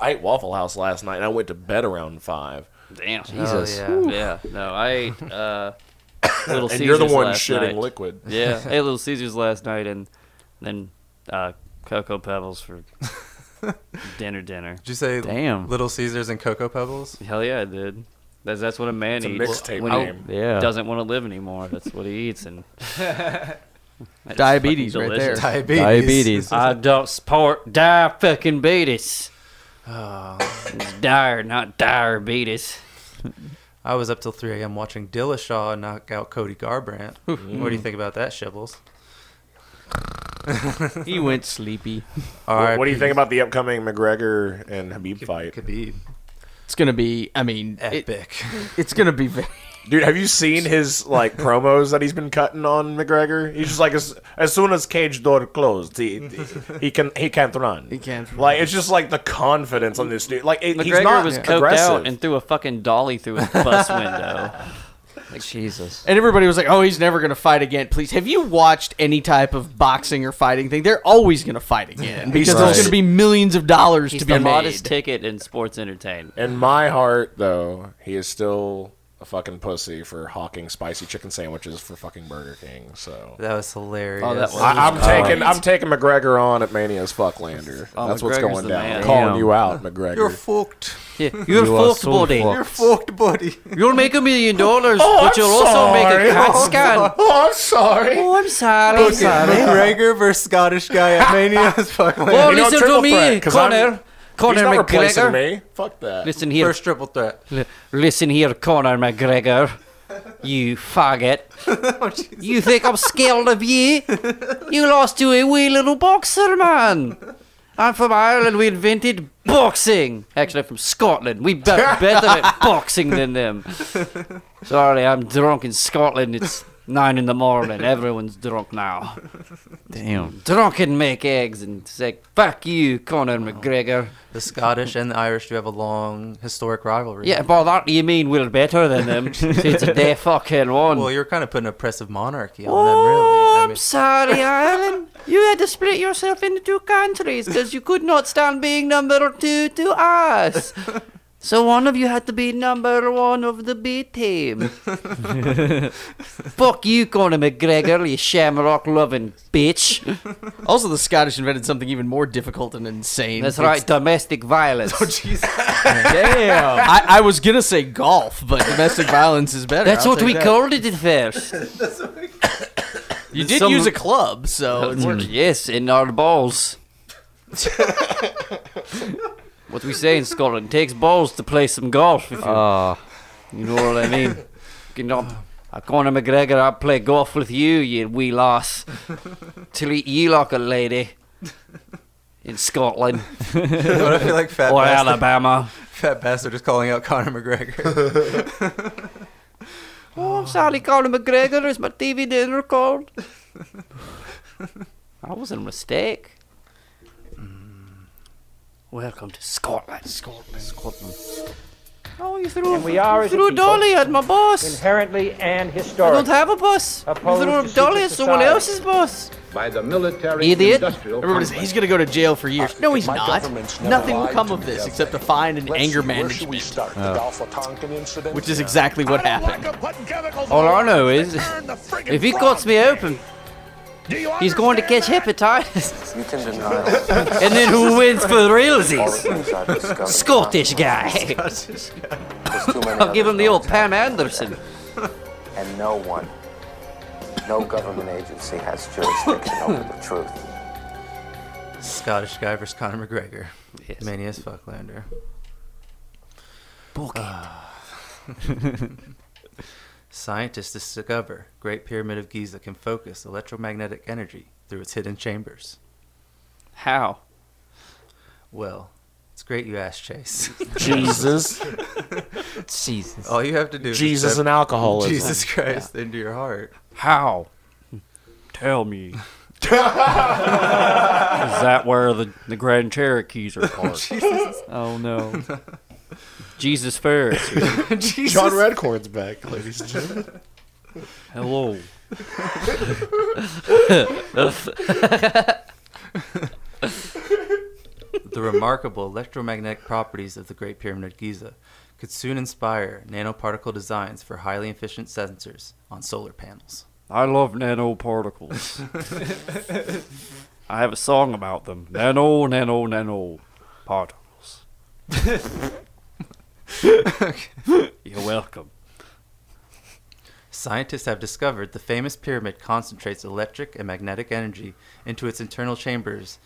I ate Waffle House last night, and I went to bed around five.
Damn.
Jesus.
Oh, yeah. yeah. No, I ate uh, Little Caesars
And you're the one
last
shitting
night.
liquid.
Yeah, I ate Little Caesars last night, and then uh, Cocoa Pebbles for dinner. Dinner.
Did you say Little Caesars and Cocoa Pebbles?
Hell yeah, I did. That's that's what a man
It's a
eats
mixtape
when he
name. Yeah.
doesn't want to live anymore. That's what he eats and That's
Diabetes
fucking
right there.
delicious.
Diabetes. Diabetes.
I don't support die fucking beatis. Oh, it's dire, not diabetes.
I was up till 3 a.m. watching Dillashaw knock out Cody Garbrandt. what do you think about that, Shibbles?
he went sleepy.
what, what do you think about the upcoming McGregor and Habib fight?
Habib.
It's gonna be. I mean, it-
Epic.
it's gonna be. Very,
Dude, have you seen his like promos that he's been cutting on McGregor? He's just like as, as soon as cage door closed, he he can he can't run. He
can't.
Like it's just like the confidence on this dude. Like it, he's
McGregor
not
was coked
aggressive.
out and threw a fucking dolly through his bus window. Like Jesus.
and everybody was like, "Oh, he's never gonna fight again." Please, have you watched any type of boxing or fighting thing? They're always gonna fight again
He's
because there's
still-
gonna be millions of dollars
He's
to be
the
made.
hottest ticket in sports entertainment.
In my heart, though, he is still a fucking pussy for hawking spicy chicken sandwiches for fucking Burger King. So
That was hilarious.
Oh, that was-
I, I'm
Oh.
taking I'm taking McGregor on at Mania's fuck Lander.
Oh,
That's what's
McGregor's
going
the
down.
man.
Calling
Damn.
you out, McGregor.
You're fucked.
Yeah, you're
You are
fucked,
so
buddy.
fucked.
You're fucked, buddy.
You'll make a million dollars,
Oh,
but
I'm
you'll also make
sorry.
a CAT
Oh,
scan.
God.
Oh, I'm sorry.
Oh, I'm sorry.
Book it. McGregor versus Scottish guy at Mania's fucking
Well, listen to me, Conor. Conor
he's not
McGregor.
replacing me. Fuck that.
Listen here.
First triple threat.
L- listen here, Conor McGregor. You faggot. you think I'm scared of you? You lost to a wee little boxer, man. I'm from Ireland. We invented boxing. Actually, I'm from Scotland. We bet better at boxing than them. Sorry, I'm drunk in Scotland. It's nine in the morning. Everyone's drunk now.
Damn.
Drunk and make eggs and say, fuck you, Conor McGregor.
The Scottish and the Irish do have a long historic rivalry.
Yeah, by that you mean we're better than them. Since they fucking won.
Well, you're kind of putting oppressive monarchy on them, really. I mean,
Oh, Sorry, Ireland. You had to split yourself into two countries because you could not stand being number two to us. So one of you had to be number one of the B team. Fuck you, Conor McGregor, you shamrock loving bitch.
Also, the Scottish invented something even more difficult and insane.
That's
It's-
right, domestic violence.
Damn. I, I was gonna say golf, but domestic violence is better.
That's
I'll
what
take
we
that.
called it at first.
You did
Some-
use a club, so it's-
yes, in our balls. what we say in Scotland takes balls to play some golf. If you,
Ah.
you know what I mean. You know, I Conor McGregor, I play golf with you, you wee lass. Treat you like a lady in Scotland
what I feel like fat
or
bastard.
Alabama.
Fat bastard is calling out Conor McGregor.
Oh, I'm sorry, Conor McGregor. Is my TV dinner cold? I was a mistake. Welcome to Scotland. Scotland. Scotland. Oh, you threw,
And we are
you
as a
threw a
people
dolly at my boss.
inherently and
I
historically
don't have a boss. You
opposed
threw a
to secret
dolly at someone
society.
else's boss.
by the military
idiot.
industrial
Everybody's
complex.
he's gonna go to jail for years. No, he's not.
government's never
Nothing will
lied
come
to
of
me,
this
have
except a fine and
Let's
anger
see, where should we
management,
start? The Gulf of Tonkin incident?
which is exactly what happened.
All I know is, if he cuts me open, he's going to catch hepatitis. and then who wins for realsies? Scottish guy. I'll give him the old Pam Anderson.
and no one, no government agency has jurisdiction over the truth.
Scottish guy versus Conor McGregor.
Yes.
Mania's fucklander.
Book
Scientists discover Great Pyramid of Giza can focus electromagnetic energy through its hidden chambers.
How?
Well, it's great you asked, Chase.
Jesus.
Jesus.
All you have to do is
Jesus
accept
and alcoholism.
Jesus Christ into your heart.
How? Tell me. Is that where the, the Grand Cherokees are parked?
Oh no.
Jesus first.
John Redcorn's back, ladies and gentlemen.
Hello.
the remarkable electromagnetic properties of the Great Pyramid of Giza could soon inspire nanoparticle designs for highly efficient sensors on solar panels.
I love nanoparticles. I have a song about them. Nano, nano, nano particles. You're welcome.
Scientists have discovered the famous pyramid concentrates electric and magnetic energy into its internal chambers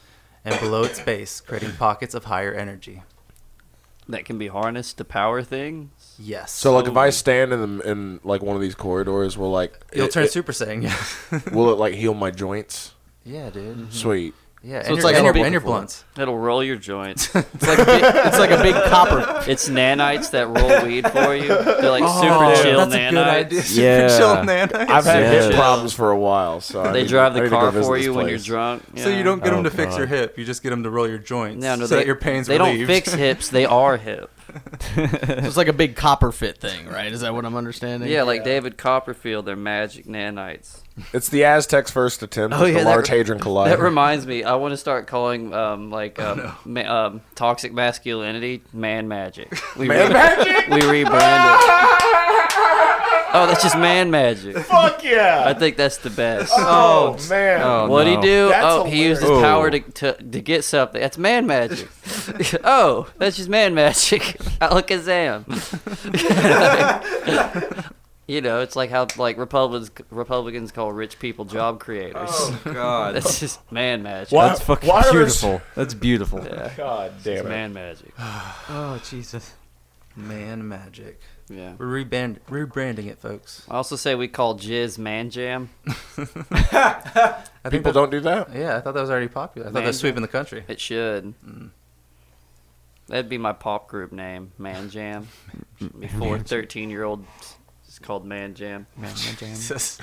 and below its base, creating pockets of higher energy.
That can be harnessed to power things?
Yes.
So like, if I stand in the in like one of these corridors, will like
You'll turn Super Saiyan,
will it like heal my joints?
Yeah, dude. Mm-hmm.
Sweet.
Yeah,
So it's
and, your,
like
and,
a
your,
big-
and your blunts.
It'll roll your joints.
it's like a big, it's like a big copper. Oh,
It's nanites that roll weed for you. They're like super chill nanites.
I've had
Super
hip
chill.
problems for a while, so I
they
need-
drive
I
the
need to go
car
visit
for
this
you when you're
place.
drunk.
So
yeah.
you don't get them to fix your hip. You just get them to roll your joints.
No, no,
so
they,
that your pain's
they
relieved.
don't fix hips. They are hip.
it's like a big copper fit thing, right? Is that what I'm understanding?
Yeah, like David Copperfield, they're magic nanites.
It's the Aztecs' first
Oh,
attempt at the
Oh, that-
Large Hadron Collider.
That reminds me, I want to start calling um, like
Oh,
um, ma- um, toxic masculinity man magic. We
Man magic?
We rebrand it. Oh, that's just man magic.
Fuck yeah.
I think that's the best.
Oh, Oh, man. oh,
What'd
no.
he do?
That's
oh, he used his
hilarious.
power to, to to get something. That's man magic. oh, that's just man magic. Alakazam. You know, it's like how like Republicans Republicans call rich people job creators.
Oh, God.
that's just man magic.
Why- That's fucking why are beautiful. s- That's beautiful.
Yeah.
God
It's
damn it.
man magic.
oh Jesus, man magic.
Yeah,
we're rebrand- rebranding it, folks.
I also say we call jizz man jam.
I think
People
don't do that.
Yeah, I thought that was already popular. I thought
Man
that was sweeping
jam.
the country.
It should. That'd be my pop group name, Man Jam. Before thirteen year old, it's called Man Jam.
Man Jam.
Jesus.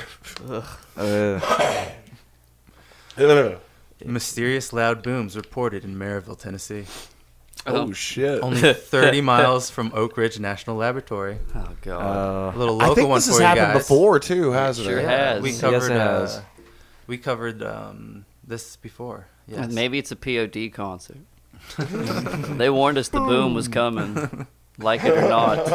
Ugh.
Uh,
Mysterious loud booms reported in Maryville, Tennessee.
Oh, shit.
Only 30 miles from Oak Ridge National Laboratory.
Oh
God.
A little
Uh, I
local
think
one
this
for
has
you
happened
guys.
before, too, hasn't
Sure
it?
has.
We
Yes,
covered.
it has.
Uh, we covered um, this before. Yes.
Maybe it's a POD concert. they warned us the boom was coming, like it or not.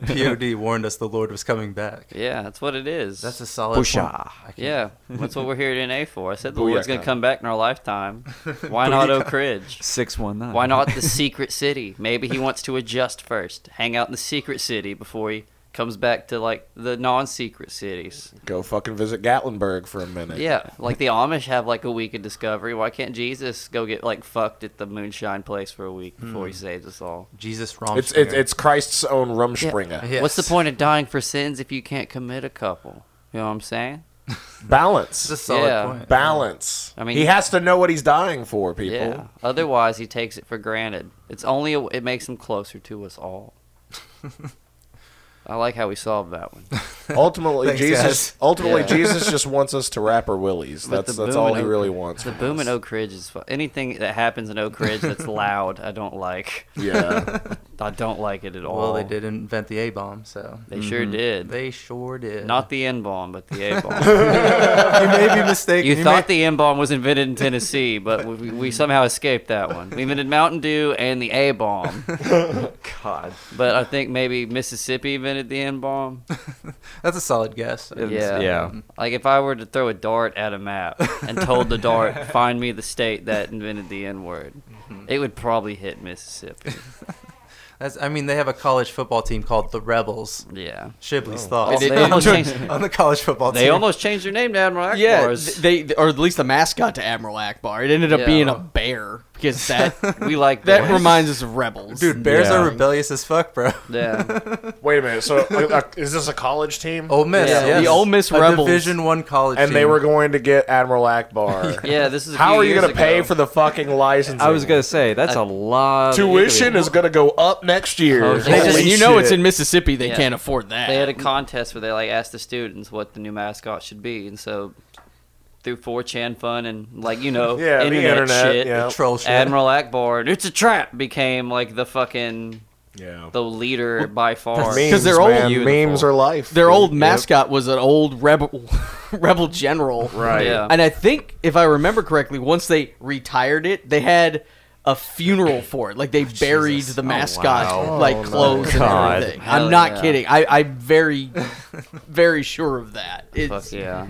POD warned us the Lord was coming back.
Yeah, that's what it is.
That's a solid point. Booyah. I can't-
Yeah, that's what we're here in A for. I said the Lord's going
Booyaka.
to come back in our lifetime. Why not
Booyaka.
Oak Ridge?
619.
Why not the secret city? Maybe he wants to adjust first, hang out in the secret city before he comes back to like the non-secret cities.
Go fucking visit Gatlinburg for a minute.
Yeah, like the Amish have like a week of discovery. Why can't Jesus go get like fucked at the moonshine place for a week before he
Hmm.
saves us all?
Jesus
It's, it's it's Christ's own Rumspringa.
What's the point of dying for sins if you can't commit a couple? You know what I'm saying?
Balance.
It's a solid Yeah. point.
Balance.
I mean-
he has to know what he's dying for, people.
Yeah. Otherwise, he takes it for granted. It's only a, it makes him closer to us all. I like how we solved that one.
Ultimately,
Thanks,
Jesus.
guys.
Ultimately,
Yeah.
Jesus just wants us to wrap our willies.
But
That's
the
that's
boom
all
in
he
Oak-
really wants.
The
from
boom
us.
in Oak Ridge is fu- anything that happens in Oak Ridge that's loud. I don't like.
Yeah.
I don't like it at all.
Well, they did invent the A bomb, so
They sure did.
They sure did.
Not the N bomb, but the A bomb.
You may be mistaken.
You,
You
thought the N bomb was invented in Tennessee, but we, we somehow escaped that one. We invented Mountain Dew and the A bomb. God. But I think maybe Mississippi invented the N bomb.
That's a solid guess. Mm-hmm.
Yeah. Like if I were to throw a dart at a map and told the dart, find me the state that invented the N word,
Mm-hmm.
it would probably hit Mississippi.
That's, I mean, they have a college football team called the Rebels.
Yeah.
Shibley's
Oh,
thoughts
they almost changed-
on the college football team.
They almost changed their name to Admiral Akbar's.
Yeah, th- they or at least the mascot to Admiral Akbar. It ended up
Yeah.
being a bear because that
We like
that
bears.
reminds us of rebels.
Dude, bears are rebellious as fuck, bro.
Yeah.
Wait a minute. So, uh, uh, is this a college team?
Ole Miss,
Yeah.
yes.
The Ole Miss
a
Rebels.
Division One college,
and they
team.
were going to get Admiral Akbar.
Yeah, this is a
How
few
are you
years
going to
ago.
pay for the fucking license?
I was gonna say that's a lot.
Tuition is going to go up next year. Holy shit.
Mississippi.
they can't afford that.
They had a contest where they like asked the students what the new mascot should be, and so through 4chan fun and like you know
Yeah, the
internet,
internet,
shit,
yeah. The troll shit.
Admiral Akbar, it's a trap became like the fucking
Yeah.
The leader by far.
because their old
Memes are life.
Their old
Yep.
mascot was an old rebel rebel general,
Right. Yeah.
And I think if I remember correctly, once they retired it, they had a funeral for it.
Oh,
Like they buried the mascot,
wow.
like
Oh,
clothes and
God.
everything.
Hell
I'm not
yeah.
kidding. I, I'm very, very sure of that. It's,
Fuck yeah.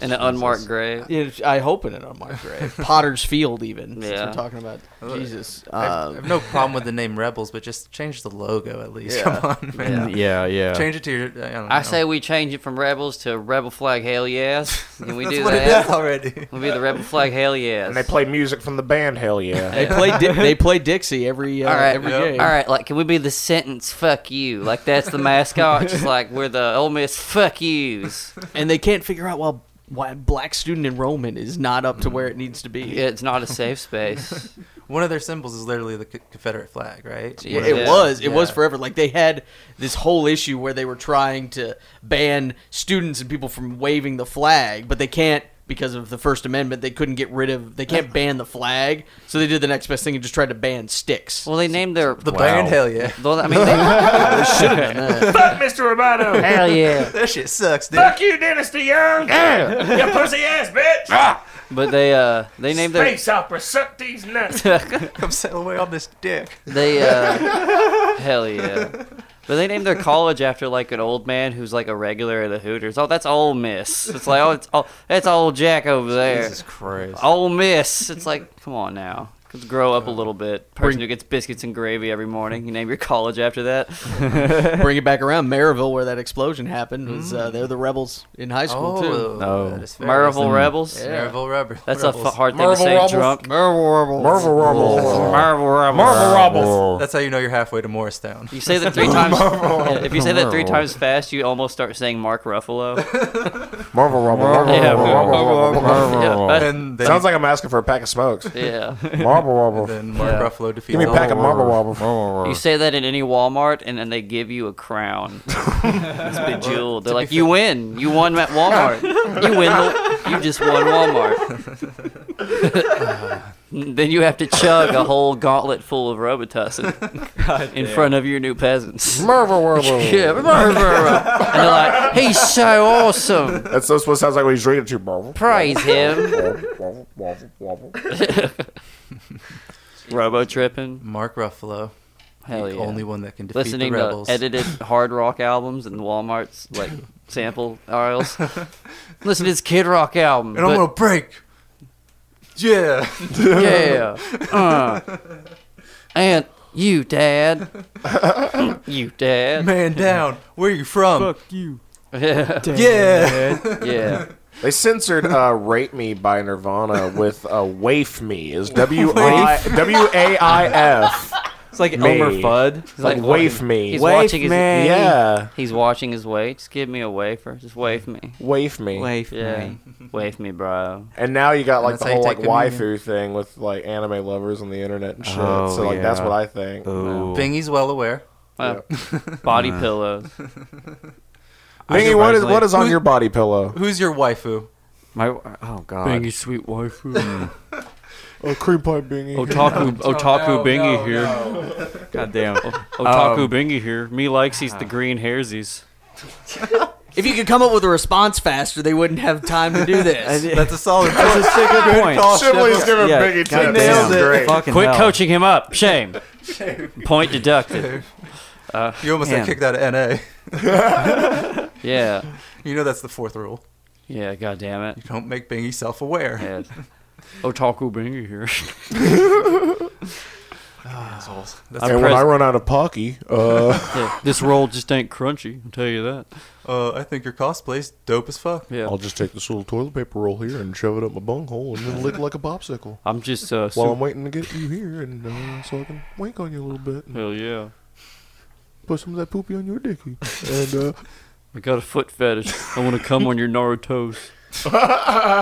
In an unmarked grave.
It- I hope in an unmarked grave. Potter's Field, even. Since
Yeah.
we're talking about Jesus.
I have, I
Um,
have no problem with the name Rebels, but just change the logo at least.
Yeah.
Come on, man.
Yeah, yeah.
Change it to your. I, don't
I
know.
say we change it from rebels to rebel flag hell yes. Can we
That's
do
what it
that?
is already.
We'll be the rebel flag hell yes.
And they play music from the band. Hell yeah.
They play Di- they play Dixie every uh,
all right,
every game.
all right. Like, can we be the sentence "fuck you"? Like that's the mascot. just like we're the Ole Miss "fuck yous."
and they can't figure out why why black student enrollment is not up to where
Mm.
it needs to be.
It's not a safe space.
One of their symbols is literally the C- Confederate flag, right?
Yeah, it
Yeah.
was. It was
Yeah.
forever. Like they had this whole issue where they were trying to ban students and people from waving the flag, but they can't because of the First Amendment. They couldn't get rid of. They can't ban the flag, so they did the next best thing and just tried to ban sticks.
Well, they named their the
band Hell Yeah.
Well, I mean, they,
should have done that.
Fuck Mr. Romano.
Hell yeah.
That shit sucks, dude.
Fuck you, Dennis DeYoung.
Yeah. Ah.
You pussy ass bitch.
but they uh they named their
Space opera. Suck these nuts.
I'm sailing away on this dick.
They uh hell yeah. But they named their college after like an old man who's like a regular at the Hooters. Oh, that's Ole Miss. It's like oh, it's oh, that's old Jack over there.
Jesus Christ.
Ole Miss. It's like come on now, let's grow up a little bit. Person
Bring-
who gets biscuits and gravy every morning. You name your college after that.
Bring it back around Maryville, where that explosion happened. Was uh, they're the rebels in high school too?
No. Oh, that is fair. Maryville Rebels?
uh, Oh. Yeah.
Maryville Rebels.
That's a f- hard thing to say drunk.
Marvel
Rebels. Marvel Rebels. Marvel Rebels.
That's how you know you're halfway to Morristown.
You say that three times. yeah, if you say that three times fast, you almost start saying Mark Ruffalo.
Marvel Rumble. Marvel
Yeah.
Rumble. Marvel Rumble. Marvel
Yeah,
Rumble.
but-
Sounds like I'm asking for a pack of smokes.
Yeah.
Marble Rumble.
And then Mark
Yeah.
Ruffalo defeats
Give me a pack of Marble Rumble.
You say that in any Walmart, and then they give you a crown. it's bejeweled. They're
To be
like, "You
fair-
win. You won at Walmart. you win. The, you just won Walmart." then you have to chug a whole gauntlet full of Robitussin in
damn.
front of your new peasants.
Marvel Rumble.
yeah, Marvel Rumble. And they're like, "He's so awesome.
That's that's what it sounds like when he's reading to Marvel.
Praise him."
Wobble, wobble, wobble.
Robo tripping.
Mark Ruffalo.
Hell
the
yeah.
only one that can defeat
Listening
the rebels.
to edited hard rock albums and Walmart's like sample aisles. Listen to this Kid Rock album.
And I'm gonna
but-
break. Yeah.
yeah. Uh. And you, Dad. you, Dad.
Man down. Where you from? Fuck
you.
Yeah.
Yeah.
yeah.
They censored uh, "Rape Me" by Nirvana with uh, "Waif Me" is W I W A I F.
It's like
Me.
Elmer Fudd.
It's like, "Waif Me."
He's
Waif
watching his
me. Yeah.
He's watching his weight. Just give me a wafer. Just wave me.
Waif Me.
Waif
yeah.
me.
Wave me, bro.
And now you got like
That's
the
how you
whole like
take communion.
waifu thing with like anime lovers on the internet and shit.
Oh,
so like that's
yeah.
what I think.
Ooh.
Bingy's well aware.
Uh, Body pillows.
Bingy, what is what is on
Who's-
your body pillow?
Who's your waifu?
My oh god.
Bingy sweet waifu.
Oh, cream pie, Bingy.
Otaku, otaku Bingy here.
God damn.
Um,
Otaku Bingy here. Me likes he's
uh,
the green hairsies.
If you could come up with a response faster, they wouldn't have time to do this.
That's a solid
That's a
point.
sick good point.
call,
Shibley's
Shibboley.
giving
Yeah,
Bingy tips.
goddamn.
This is great.
Fucking
Quit
hell.
coaching him up. Shame. Point deducted. Uh,
You almost got
Man.
kicked out of NA.
Yeah.
You know that's the fourth rule.
Yeah. God damn it.
Don't make Bingy self-aware.
Yeah. Otaku Bingy here.
Assholes. That's
And when I run out of Pocky, uh,
Yeah, this roll just ain't crunchy. I'll tell you that.
Uh, I think your cosplay's dope as fuck.
Yeah,
I'll just take this little toilet paper roll here and shove it up my bunghole and then lick like a popsicle.
I'm just uh,
While
super,
I'm waiting to get you here and uh, so I can wank on you a little bit and
Hell yeah.
put some of that poopy on your dicky. And uh,
I got a foot fetish. I want to come on your Naruto's.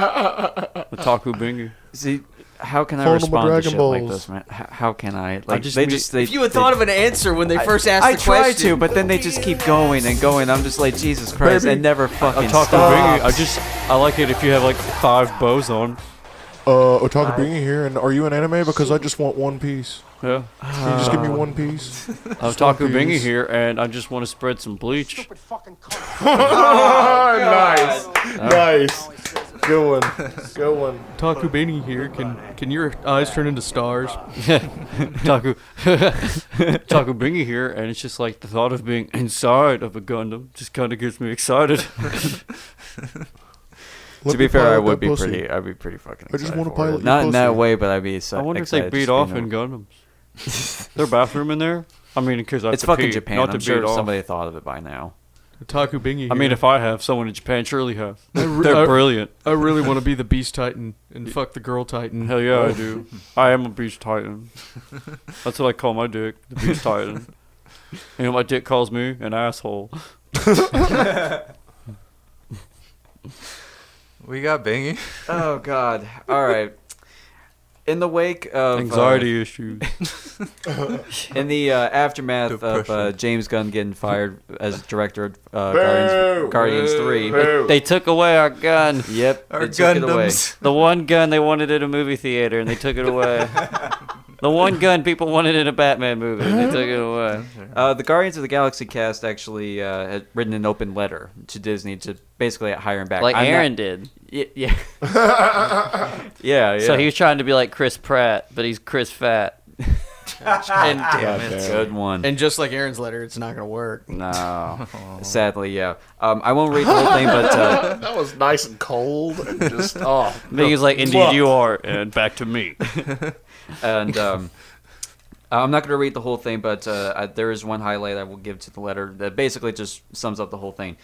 Otaku Bingy.
See, how can I
Follow my
respond to
Dragon
shit like
Balls.
this, man? How, how can I? Like
just
they
mean-
just they.
if you had thought of an answer when they first asked
I
the
try
question,
to, but then they just keep going and going. I'm just like Jesus Christ,
Baby,
and never fucking
Otaku
stop.
Bingy. I just I like it if you have like five bows on.
Uh, Otaku being here, and are you an anime? Because I just want one piece.
Yeah.
Can you just give
Uh,
me one piece?
I'm Taku Bingy here, and I just want to spread some bleach.
nice, nice.
Good
one. Good one.
Taku Bini here. Can can your eyes turn into stars?
Taku, Taku Bingy here, and it's just like the thought of being inside of a Gundam just kind of gets me excited.
to be fair, I would be pretty. I'd be pretty fucking.
I just
excited
wanna
for
pilot
it.
your
Not in that
pussy.
way, but I'd be. So
I wonder if they
excited
beat
just
off
being
in Gundams. Their bathroom in there. I mean, because
It's fucking Japan. I'm sure somebody thought of it by now.
Taku Bingy.
I mean,
here.
if I have someone in Japan, surely have.
I re-
They're
I-
brilliant.
I really want to be the Beast Titan and fuck the Girl Titan. Oh.
Hell yeah, I do. I am a beach titan. That's what I call my dick, the beach titan. You know, what my dick calls me an asshole.
We got Bingy.
Oh God! All right. In the wake of
Anxiety
uh,
issues.
in the uh, aftermath of uh,
Depression.
James Gunn getting fired as director of uh,
Boo!
Guardians, Guardians
Boo!
Three,
Boo! They took away our gun.
Yep,
Our
they took it away.
Gundams. The one gun they wanted in a movie theater, and they took it away. the one gun people wanted in a Batman movie, and they took it away.
Uh, the Guardians of the Galaxy cast actually uh, had written an open letter to Disney to basically hire him back,
Like
I'm not-
Aaron did.
Yeah, yeah. yeah,
So
yeah.
he was trying to be like Chris Pratt, but he's Chris Fat.
And,
Good one.
And just like Aaron's letter, it's not gonna work.
No, sadly, yeah. Um, I won't read the whole thing, but uh,
that was nice and cold and just oh.
Bingy's like,
Fuck.
"Indeed you
are," and back to me.
and um, uh, I'm not going to read the whole thing, but uh, I, there is one highlight I will give to the letter that basically just sums up the whole thing.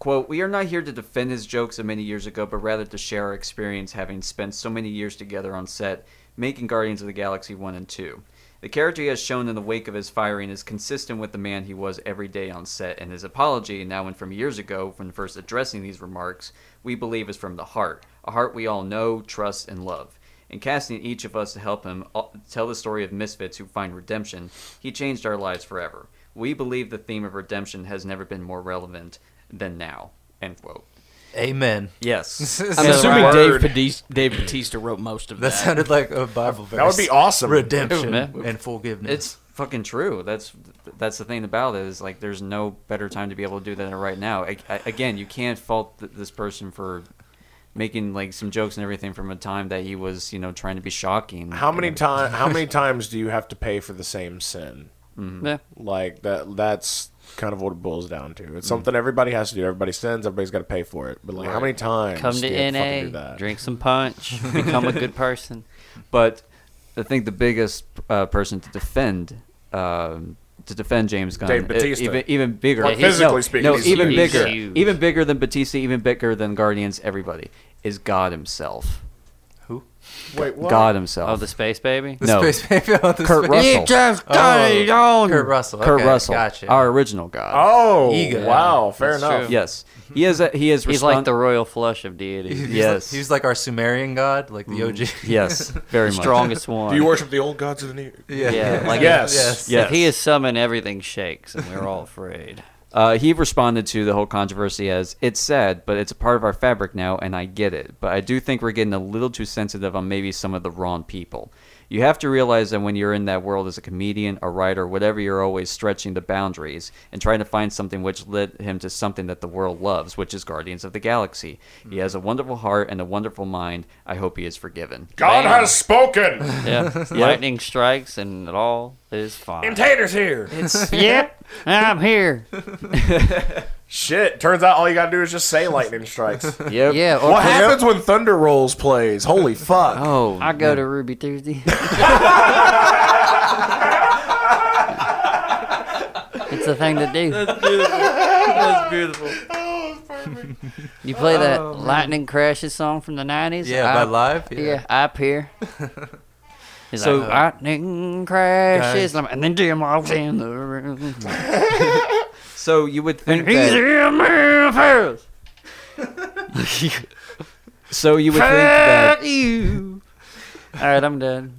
Quote, we are not here to defend his jokes of many years ago, but rather to share our experience having spent so many years together on set making Guardians of the Galaxy 1 and 2. The character he has shown in the wake of his firing is consistent with the man he was every day on set, and his apology, now and from years ago when first addressing these remarks, we believe is from the heart, a heart we all know, trust, and love. In casting each of us to help him uh, tell the story of misfits who find redemption, he changed our lives forever. We believe the theme of redemption has never been more relevant than now. End quote.
Amen.
Yes.
I'm assuming Dave
Word.
Batista, Dave Batista wrote most of that.
That sounded like a Bible verse. Redemption and forgiveness.
It's fucking true. That's that's the thing about it is like there's no better time to be able to do that than right now. I, I- again, you can't fault th- this person for making like some jokes and everything from a time that he was you know trying to be shocking.
How many times? How many times do you have to pay for the same sin?
Mhm. Yeah.
Like that. That's kind of what it boils down to. It's
Mhm.
something everybody has to do. Everybody sins. Everybody's got to pay for it. But like, how many times?
Come to
do you have fucking do
NA,
that?
drink some punch, become a good person.
But I think the biggest uh, person to defend. Um, to defend James Gunn,
Dave
e-
Bautista.
even even bigger,
Well,
no,
physically speaking,
no,
he's
even
huge.
bigger,
He's huge.
even bigger than Batista, even bigger than Guardians. Everybody is God Himself.
Who?
Wait, what?
God Himself.
Oh, the space baby?
no, Kurt Russell.
Kurt Russell.
Kurt
okay,
Russell,
Gotcha.
our original God.
Oh, Ego. wow, fair That's enough. true.
Yes, he has. A, he has.
He's like
respon-
the royal flush of deity.
He's
Yes.
Like, he's like our Sumerian god, like the
Mm,
OG.
yes, very much.
Strongest one.
Do you worship the old gods of the new?
Yeah.
Yeah, like
yes.
If, if he is summoned, everything shakes, and we're all afraid.
Uh, he responded to the whole controversy as it's sad, but it's a part of our fabric now, and I get it. But I do think we're getting a little too sensitive on maybe some of the wrong people. You have to realize that when you're in that world as a comedian, a writer, whatever, you're always stretching the boundaries and trying to find something which led him to something that the world loves, which is Guardians of the Galaxy. He has a
Mm-hmm.
wonderful heart and a wonderful mind. I hope he is forgiven.
God Bam. has
spoken.
Yeah, lightning strikes, and it all is fine.
Tater's here.
It's- Yep, I'm here.
Shit! Turns out all you gotta do is just say lightning strikes.
Yep.
Yeah, or-
What happens when Thunder Rolls plays? Holy fuck!
Oh,
I go to Ruby Tuesday. it's a thing to do.
That's beautiful. That's
beautiful. You play that
Oh, man.
Lightning Crashes song from the 90s?
Yeah, by Live, yeah.
up here. He's
So-
like, Lightning Crashes, and then Jim walks in the room.
So you would think
and he's
that-
in my face.
So you would think
Fuck
that
you. All right, I'm done.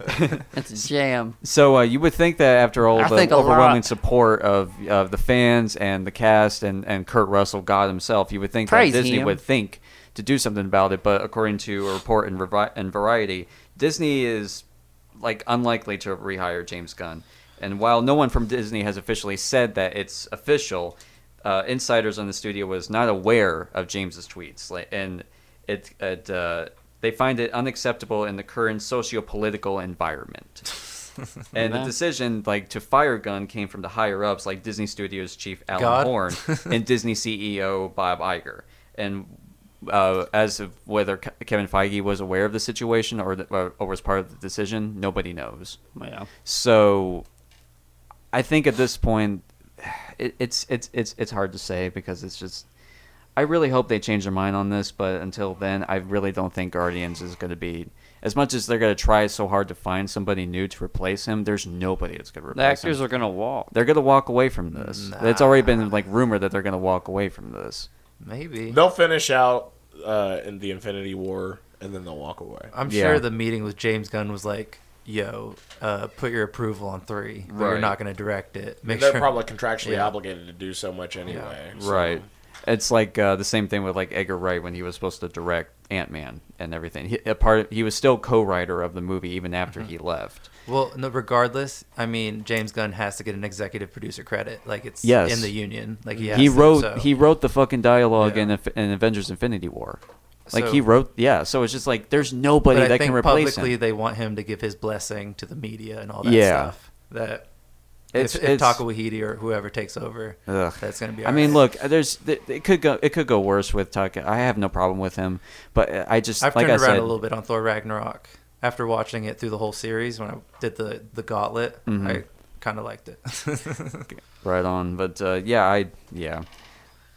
It's a jam.
So uh, you would think that after all
I
the
think a
overwhelming
lot.
support of of the fans and the cast and, and Kurt Russell, God himself, you would think
Praise
that Disney
him.
would think to do something about it. But according to a report in, Revi- in Variety, Disney is like unlikely to rehire James Gunn. And while no one from Disney has officially said that it's official, uh, insiders on the studio was not aware of James's tweets, like, and it, it uh, they find it unacceptable in the current socio-political environment. and the
Nah.
decision, like to fire Gunn, came from the higher ups, like Disney Studios chief Alan
God.
Horn and Disney CEO Bob Iger. And uh, as of whether Ke- Kevin Feige was aware of the situation or, the, or, or was part of the decision, nobody knows.
Yeah.
So, I think at this point, it, it's it's it's it's hard to say because it's just. I really hope they change their mind on this, but until then, I really don't think Guardians is going to be as much as they're going to try so hard to find somebody new to replace him. There's nobody that's going to replace
The actors
him.
are gonna walk.
They're going to walk away from this. It's already been like rumored that they're going to walk away from this.
Maybe.
They'll finish out uh, in the Infinity War and then they'll walk away.
I'm
Yeah.
sure the meeting with James Gunn was like, "Yo, uh, put your approval on three. But You're
Right.
not going to direct it. Make
they're
sure
probably contractually
Yeah.
obligated to do so much anyway. so-
Right. It's like uh, the same thing with like Edgar Wright when he was supposed to direct Ant Man and everything. He, a part of, he was still co-writer of the movie even after
Mm-hmm.
he left.
Well, no. Regardless, I mean, James Gunn has to get an executive producer credit. Like it's
Yes,
in the union. Like he has
he
to,
wrote
so-
he wrote the fucking dialogue in, Af- in Avengers Infinity War. Like he
So-
wrote yeah. So it's just like there's nobody
but I
that
think
can replace
publicly
him.
they want him to give his blessing to the media and all that
Yeah.
stuff. That
It's-
if,
it's-
if Taka Waititi or whoever takes over,
Ugh.
that's going to be.
I mean, look, there's th- it could go it could go worse with Tuck. I have no problem with him, but uh, I just
I've
like
turned
I
around
said,
a little bit on Thor Ragnarok after watching it through the whole series. When I did the the Gauntlet,
Mhm.
I kind of liked it.
Right on. But uh, yeah, I yeah.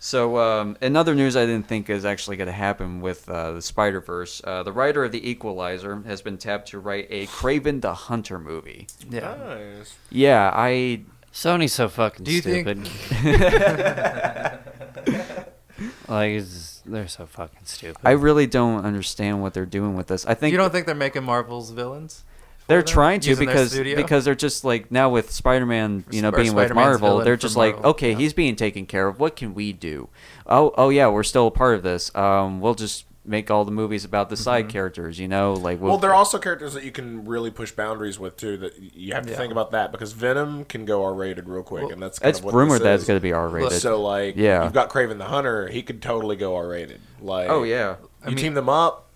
So um, another news I didn't think is actually going to happen with uh, the Spider Verse. Uh, the writer of the Equalizer has been tapped to write a Craven the Hunter movie.
Yeah.
Nice.
Yeah, I.
Sony's so fucking
Do you
stupid.
think-
like it's, they're so fucking stupid.
I really don't understand what they're doing with this. I think
you don't think they're making Marvel's villains? for
they're
them?
trying to
Using their
because
studio?
because they're just like now with Spider-Man, you know,
Or
being with
Spider-Man's
Marvel,
villain
they're
for
just like,
Marvel,
okay, he's being taken care of. What can we do? Oh, oh yeah, we're still a part of this. Um, we'll just make all the movies about the
Mm-hmm.
side characters, you know, like
Well, they're also characters that you can really push boundaries with too. That y- you have to
Yeah.
think about that because Venom can go R rated real quick, and that's kind
it's
of what
rumored
this
that it's
is.
gonna be R-rated.
So like,
Yeah.
you've got Craven the Hunter; he could totally go R rated. Like,
Oh, yeah.
you team them up,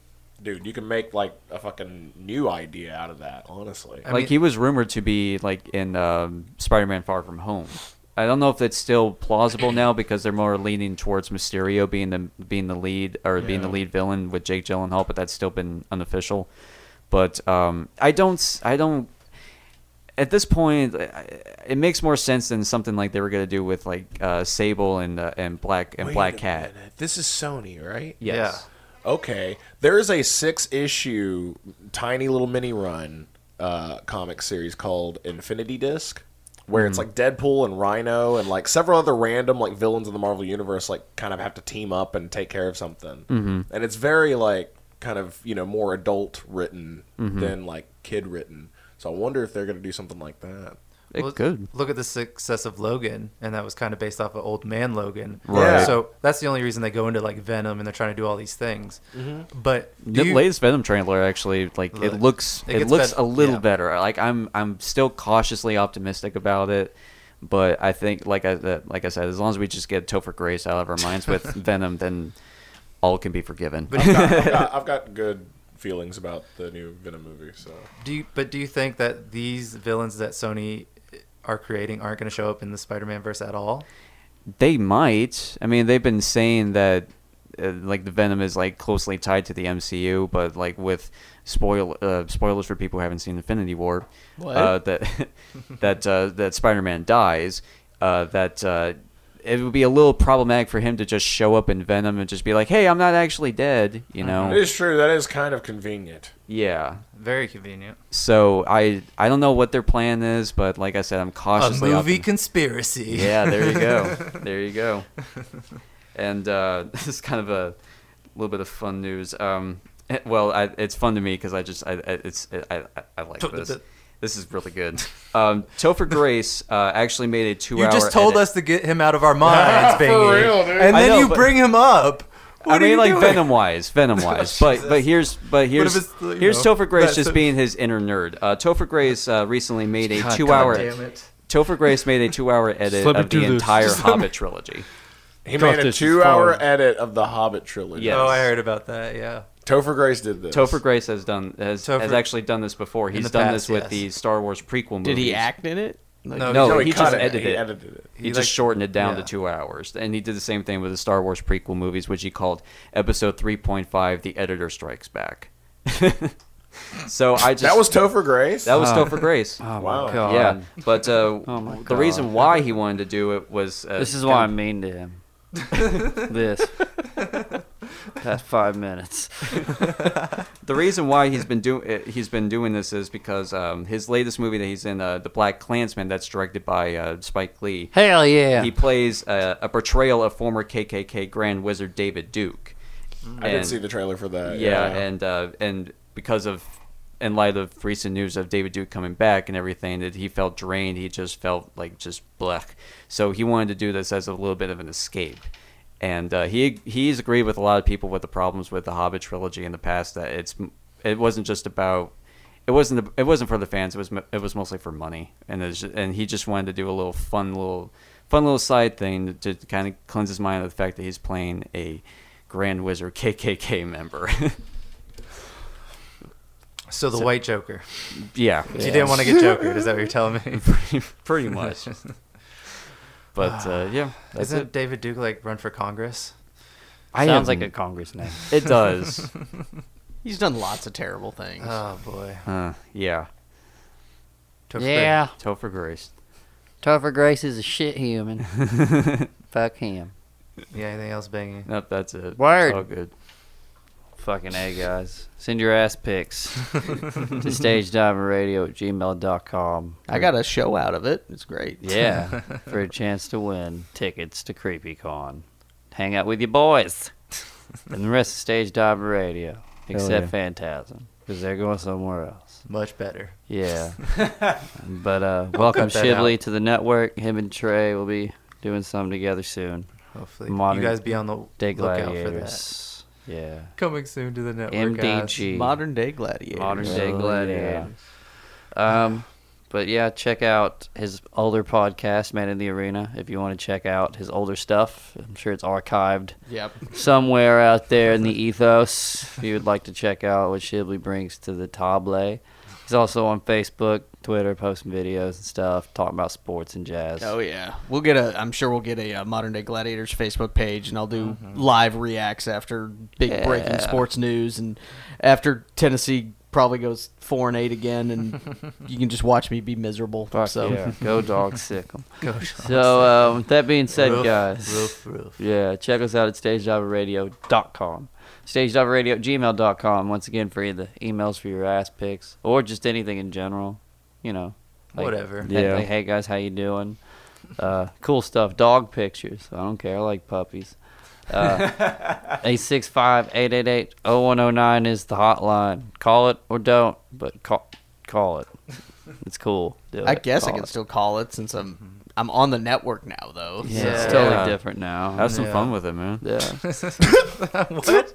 dude. You can make like a fucking new idea out of that. Honestly,
like he was rumored to be like in um, Spider-Man: Far From Home. I don't know if that's still plausible now because they're more leaning towards Mysterio being the being the lead or being the
Yeah.
lead villain with Jake Gyllenhaal, but that's still been unofficial. But um, I don't s- I don't at this point I- it makes more sense than something like they were gonna do with like uh, Sable and uh, and Black and
Wait
Black
a
Cat.
minute. This is Sony, right?
Yes.
Okay. There is a six issue tiny little mini run uh, comic series called Infinity Disc, where it's
Mhm.
like Deadpool and Rhino and like several other random like villains in the Marvel universe like kind of have to team up and take care of something.
Mhm.
And it's very like kind of you know more adult written
Mhm.
than like kid written. So I wonder if they're going to do something like that.
Well, Look at the success of Logan, and that was kind of based off of Old Man Logan.
Right. Yeah.
So that's the only reason they go into like Venom and they're trying to do all these things.
Mm-hmm.
But do
The
you-
latest Venom trailer actually like it
Look,
looks
it
it,
gets
looks
better-
a little
yeah.
better. Like I'm I'm still cautiously optimistic about it, but I think like I that- like I said, as long as we just get Topher Grace out of our minds with Venom, then all can be forgiven.
I've got, I've, got, I've got good feelings about the new Venom movie. So
do you, but do you think that these villains that Sony are creating aren't going to show up in the Spider-Man verse at all?
They might. I mean, they've been saying that uh, like the Venom is like closely tied to the MCU, but like with spoil uh, spoilers for people who haven't seen Infinity War,
What?
Uh, that that uh, that Spider-Man dies, uh, that uh, it would be a little problematic for him to just show up in Venom and just be like, "Hey, I'm not actually dead," you know.
it is true. That is kind of convenient.
Yeah.
Very convenient.
So I I don't know what their plan is, but like I said, I'm cautiously
a movie
optimistic.
conspiracy.
Yeah, there you go. there you go. And uh, this is kind of a little bit of fun news. Um, eh, well, I, it's fun to me because I just I, I it's I, I, I like this. This is really good. Um, Topher Grace uh, actually made a two-hour.
you just told
edit.
us to get him out of our minds,
For
Bingy.
real, dude.
and
I
then
know,
you
but-
bring him up.
I
What are
mean,
you
like
doing?
venom wise, venom wise. but but here's but here's
it's the- you
here's
know,
Topher Grace
that's
just
a-
being his inner nerd. Uh, Topher Grace uh, recently made a
God
two hour.
damn it.
Topher Grace made a two hour edit
Just let me
of the
do this.
entire
Just let
Hobbit
me-
trilogy.
He made a two-hour edit of the Hobbit trilogy.
Yes. Oh, I heard
about that. Yeah.
Topher Grace did this.
Topher Grace has done has, has
Topher-
actually done this before.
In
He's
the
done
past,
this with
yes.
the Star Wars prequel movies.
Did he act in it? Like-
no,
No,
he,
he
just
cut it.
edited,
He
it.
edited it.
He,
He,
just
like-
shortened it down
yeah.
to two hours, and he did the same thing with the Star Wars prequel movies, which he called Episode Three Point Five: The Editor Strikes Back. so I just
That was Topher Grace?
That was
Oh.
Topher Grace.
Oh my Wow. God.
Yeah, but uh,
Oh my
the
God.
reason why he wanted to do it was uh,
This is why
kind of-
I'm mean to him. this. Past five minutes.
the reason why he's been doing he's been doing this is because um, his latest movie that he's in, uh, The Black Klansman, that's directed by uh, Spike Lee.
Hell yeah.
He plays uh, a portrayal of former KKK Grand Wizard David Duke.
I did see the trailer for that,
Yeah,
yeah.
and uh, and because of in light of recent news of David Duke coming back and everything, that he felt drained. He just felt like just blech. So he wanted to do this as a little bit of an escape. And uh, he he's agreed with a lot of people with the problems with the Hobbit trilogy in the past that it's it wasn't just about it wasn't it wasn't for the fans. It was it was mostly for money, and it was ju- and he just wanted to do a little fun little fun little side thing to, to kind of cleanse his mind of the fact that he's playing a Grand Wizard KKK member.
So the
So-
White Joker.
Yeah.
You didn't want to get Joker. Is that what you're telling me?
Pretty- pretty much. But, uh, yeah, that's
Isn't
it.
David Duke like run for Congress?
I
Sounds am- like a Congress name.
It does.
He's done lots of terrible things.
Oh boy.
Huh, Uh, yeah.
Yeah.
Topher Grace.
Topher Grace is a shit human. Fuck him.
Yeah. Anything else banging?
Nope, that's it.
Word.
All good.
Fucking A, guys. Send your ass pics to stagediveradio at gmail.com.
I got a show out of it. It's great.
Yeah. for a chance to win tickets to CreepyCon. Hang out with your boys. and the rest of Stage Diver Radio, except
yeah.
Phantasm, because they're going somewhere else.
Much better.
Yeah. but uh, welcome
Cut that
Shively to the network. Him and Trey will be doing something together soon.
Hopefully. You guys be on the
Day
lookout for that.
Gladiators. Yeah.
Coming soon to the network.
MDG.
guys.
Modern day gladiators.
Modern Day
Oh,
Gladiators. Um, but yeah, check out his older podcast, Man in the Arena, if you want to check out his older stuff. I'm sure it's archived
Yep.
somewhere out there in the ethos. If you would like to check out what Shibley brings to the table, he's also on Facebook, Twitter, posting videos and stuff, talking about sports and jazz.
Oh yeah, we'll get a. I'm sure we'll get a, uh modern day gladiators Facebook page, and I'll do
Mm-hmm.
live reacts after big breaking
Yeah.
sports news, and after Tennessee probably goes four and eight again, and you can just watch me be miserable.
Fuck
so
yeah. Go dog sick 'em.
Go dog
so um, with that being said,
Roof,
guys,
roof, roof.
yeah, check us out at stagediverradio.com, stagediverradio at gmail.com. Once again, for the emails for your ass pics or just anything in general, you know,
Whatever.
Yeah.
Yeah.
Like, hey guys, how you doing? Uh, cool stuff. Dog pictures. I don't care. I like puppies. Uh, 865-888-0109 is the hotline. Call it or don't, but call call it. It's cool. Do
I
it.
guess I
Call
can
it.
still call it since I'm I'm on the network now though.
Yeah,
so-
it's totally different now.
Have some fun with it, man.
Yeah.
What?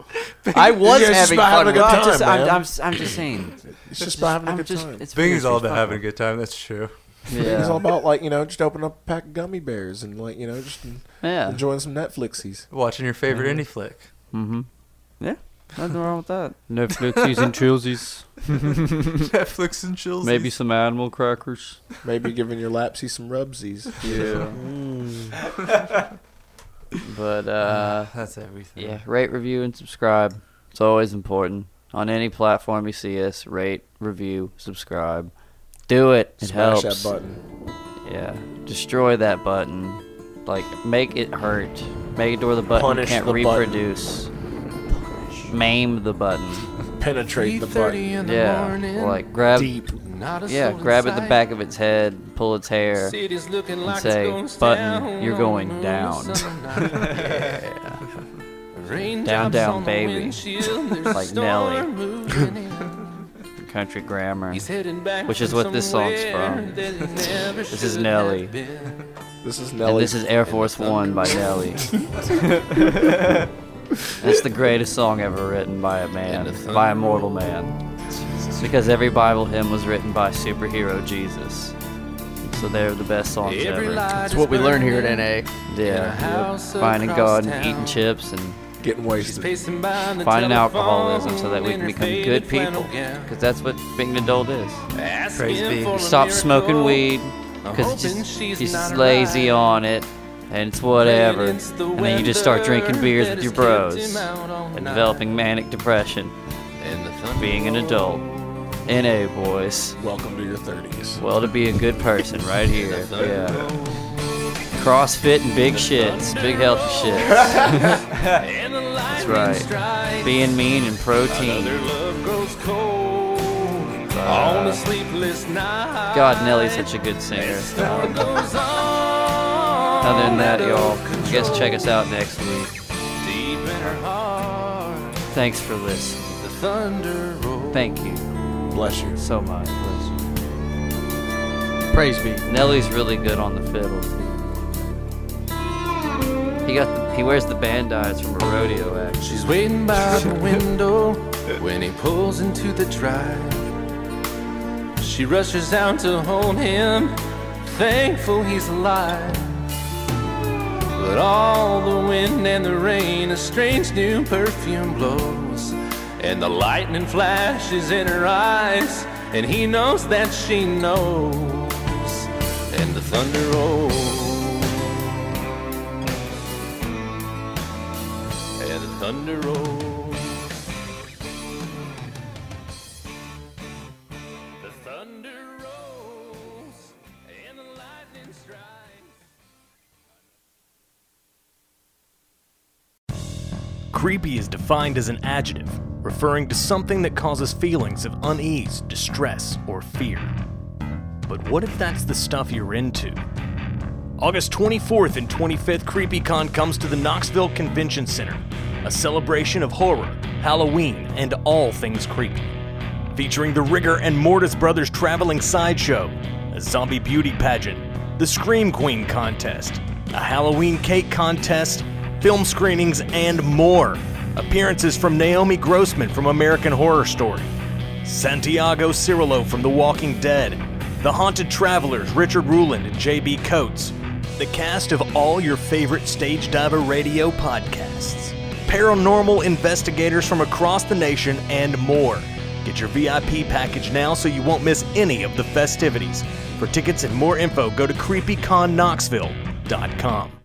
I was having fun with
I'm
it.
just, I'm,
I'm-
I'm,
I'm-
s- I'm just saying.
It's just about having a
I'm
good
just-
time.
It's
Bing
weird,
is all
it's
about
fun.
having a good time. That's true.
It's all about like you know, just open up a pack of gummy bears and like you know, just
Yeah.
enjoying some Netflixies.
Watching your favorite indie flick.
Mm-hmm. Yeah, nothing wrong with that.
Netflixies and chillsies.
Netflix and chills.
Maybe some animal crackers.
Maybe giving your lapsy some rubsies.
Hmm. Yeah. but uh,
that's everything.
Yeah, rate, review, and subscribe. It's always important on any platform you see us. Rate, review, subscribe. Do it. It
Smash
helps.
that button.
Yeah, destroy that button. Like make it hurt. Make it to where the button
Punish
can't
the button.
reproduce. Maim the button.
Penetrate the button. 3:30 in the
yeah,
morning.
like grab.
Deep.
Not
Not a
yeah,
soul in
grab at the
sight.
back of its head, pull its hair,
City's looking
and
like it's
say,
going
"Button,
down
you're
on
going
moon
down."
tonight."
Yeah. down,
Raindrops on
down,
the
baby.
windshield, there's a
like
storm
Nelly.
moving
Country grammar,
He's heading back
which is
from
what this song's from.
somewhere that he never
this is
should
Nelly.
have been. This is
And
Nelly.
this is Air Force One by Nelly. It's the greatest song ever written by a man, by a mortal man. Because every Bible hymn was written by superhero Jesus. So they're the best songs
Every
ever.
light That's is what we learn here at burning NA.
Yeah.
in a house
Finding
across
God and
town.
eating chips and
getting wasted.
Finding alcoholism so that we can become good people. Because that's what being an adult is.
Praise be.
You stop smoking weed because
hoping
just
she's
you're just
not
lazy on it and it's whatever and then you just start drinking beers with your bros and developing manic depression and being an adult na boys
welcome to your 30s
well to be a good person right here yeah crossfit and big shits big healthy shits that's right being mean and protein
On a
Uh,
sleepless night.
God, Nelly's such a good singer. Other than that, y'all, I guess check us out next week. Thanks for listening. The thunder Thank you.
Bless you.
So much. Bless
you. Praise be.
Nelly's really good on the fiddle. too. He got the, he wears the bandais from a rodeo act.
She's waiting by the window when he pulls into the drive. She rushes down to hold him, thankful he's alive. But all the wind and the rain, a strange new perfume blows, and the lightning flashes in her eyes, and he knows that she knows, and the thunder rolls. and the thunder rolls. The thunder rolls and the lightning strikes.
Creepy is defined as an adjective, referring to something that causes feelings of unease, distress, or fear. But what if that's the stuff you're into? August 24th and 25th, CreepyCon comes to the Knoxville Convention Center, a celebration of horror, Halloween, and all things creepy. Featuring the Rigger and Mortis Brothers traveling sideshow, a zombie beauty pageant, the Scream Queen contest, a Halloween cake contest, film screenings, and more. Appearances from Naomi Grossman from American Horror Story. Santiago Cirillo from The Walking Dead, The Haunted Travelers, Richard Ruland and J.B. Coates, the cast of all your favorite Stage Diver radio podcasts, paranormal investigators from across the nation, and more. Get your VIP package now so you won't miss any of the festivities. For tickets and more info, go to creepyconknoxville.com.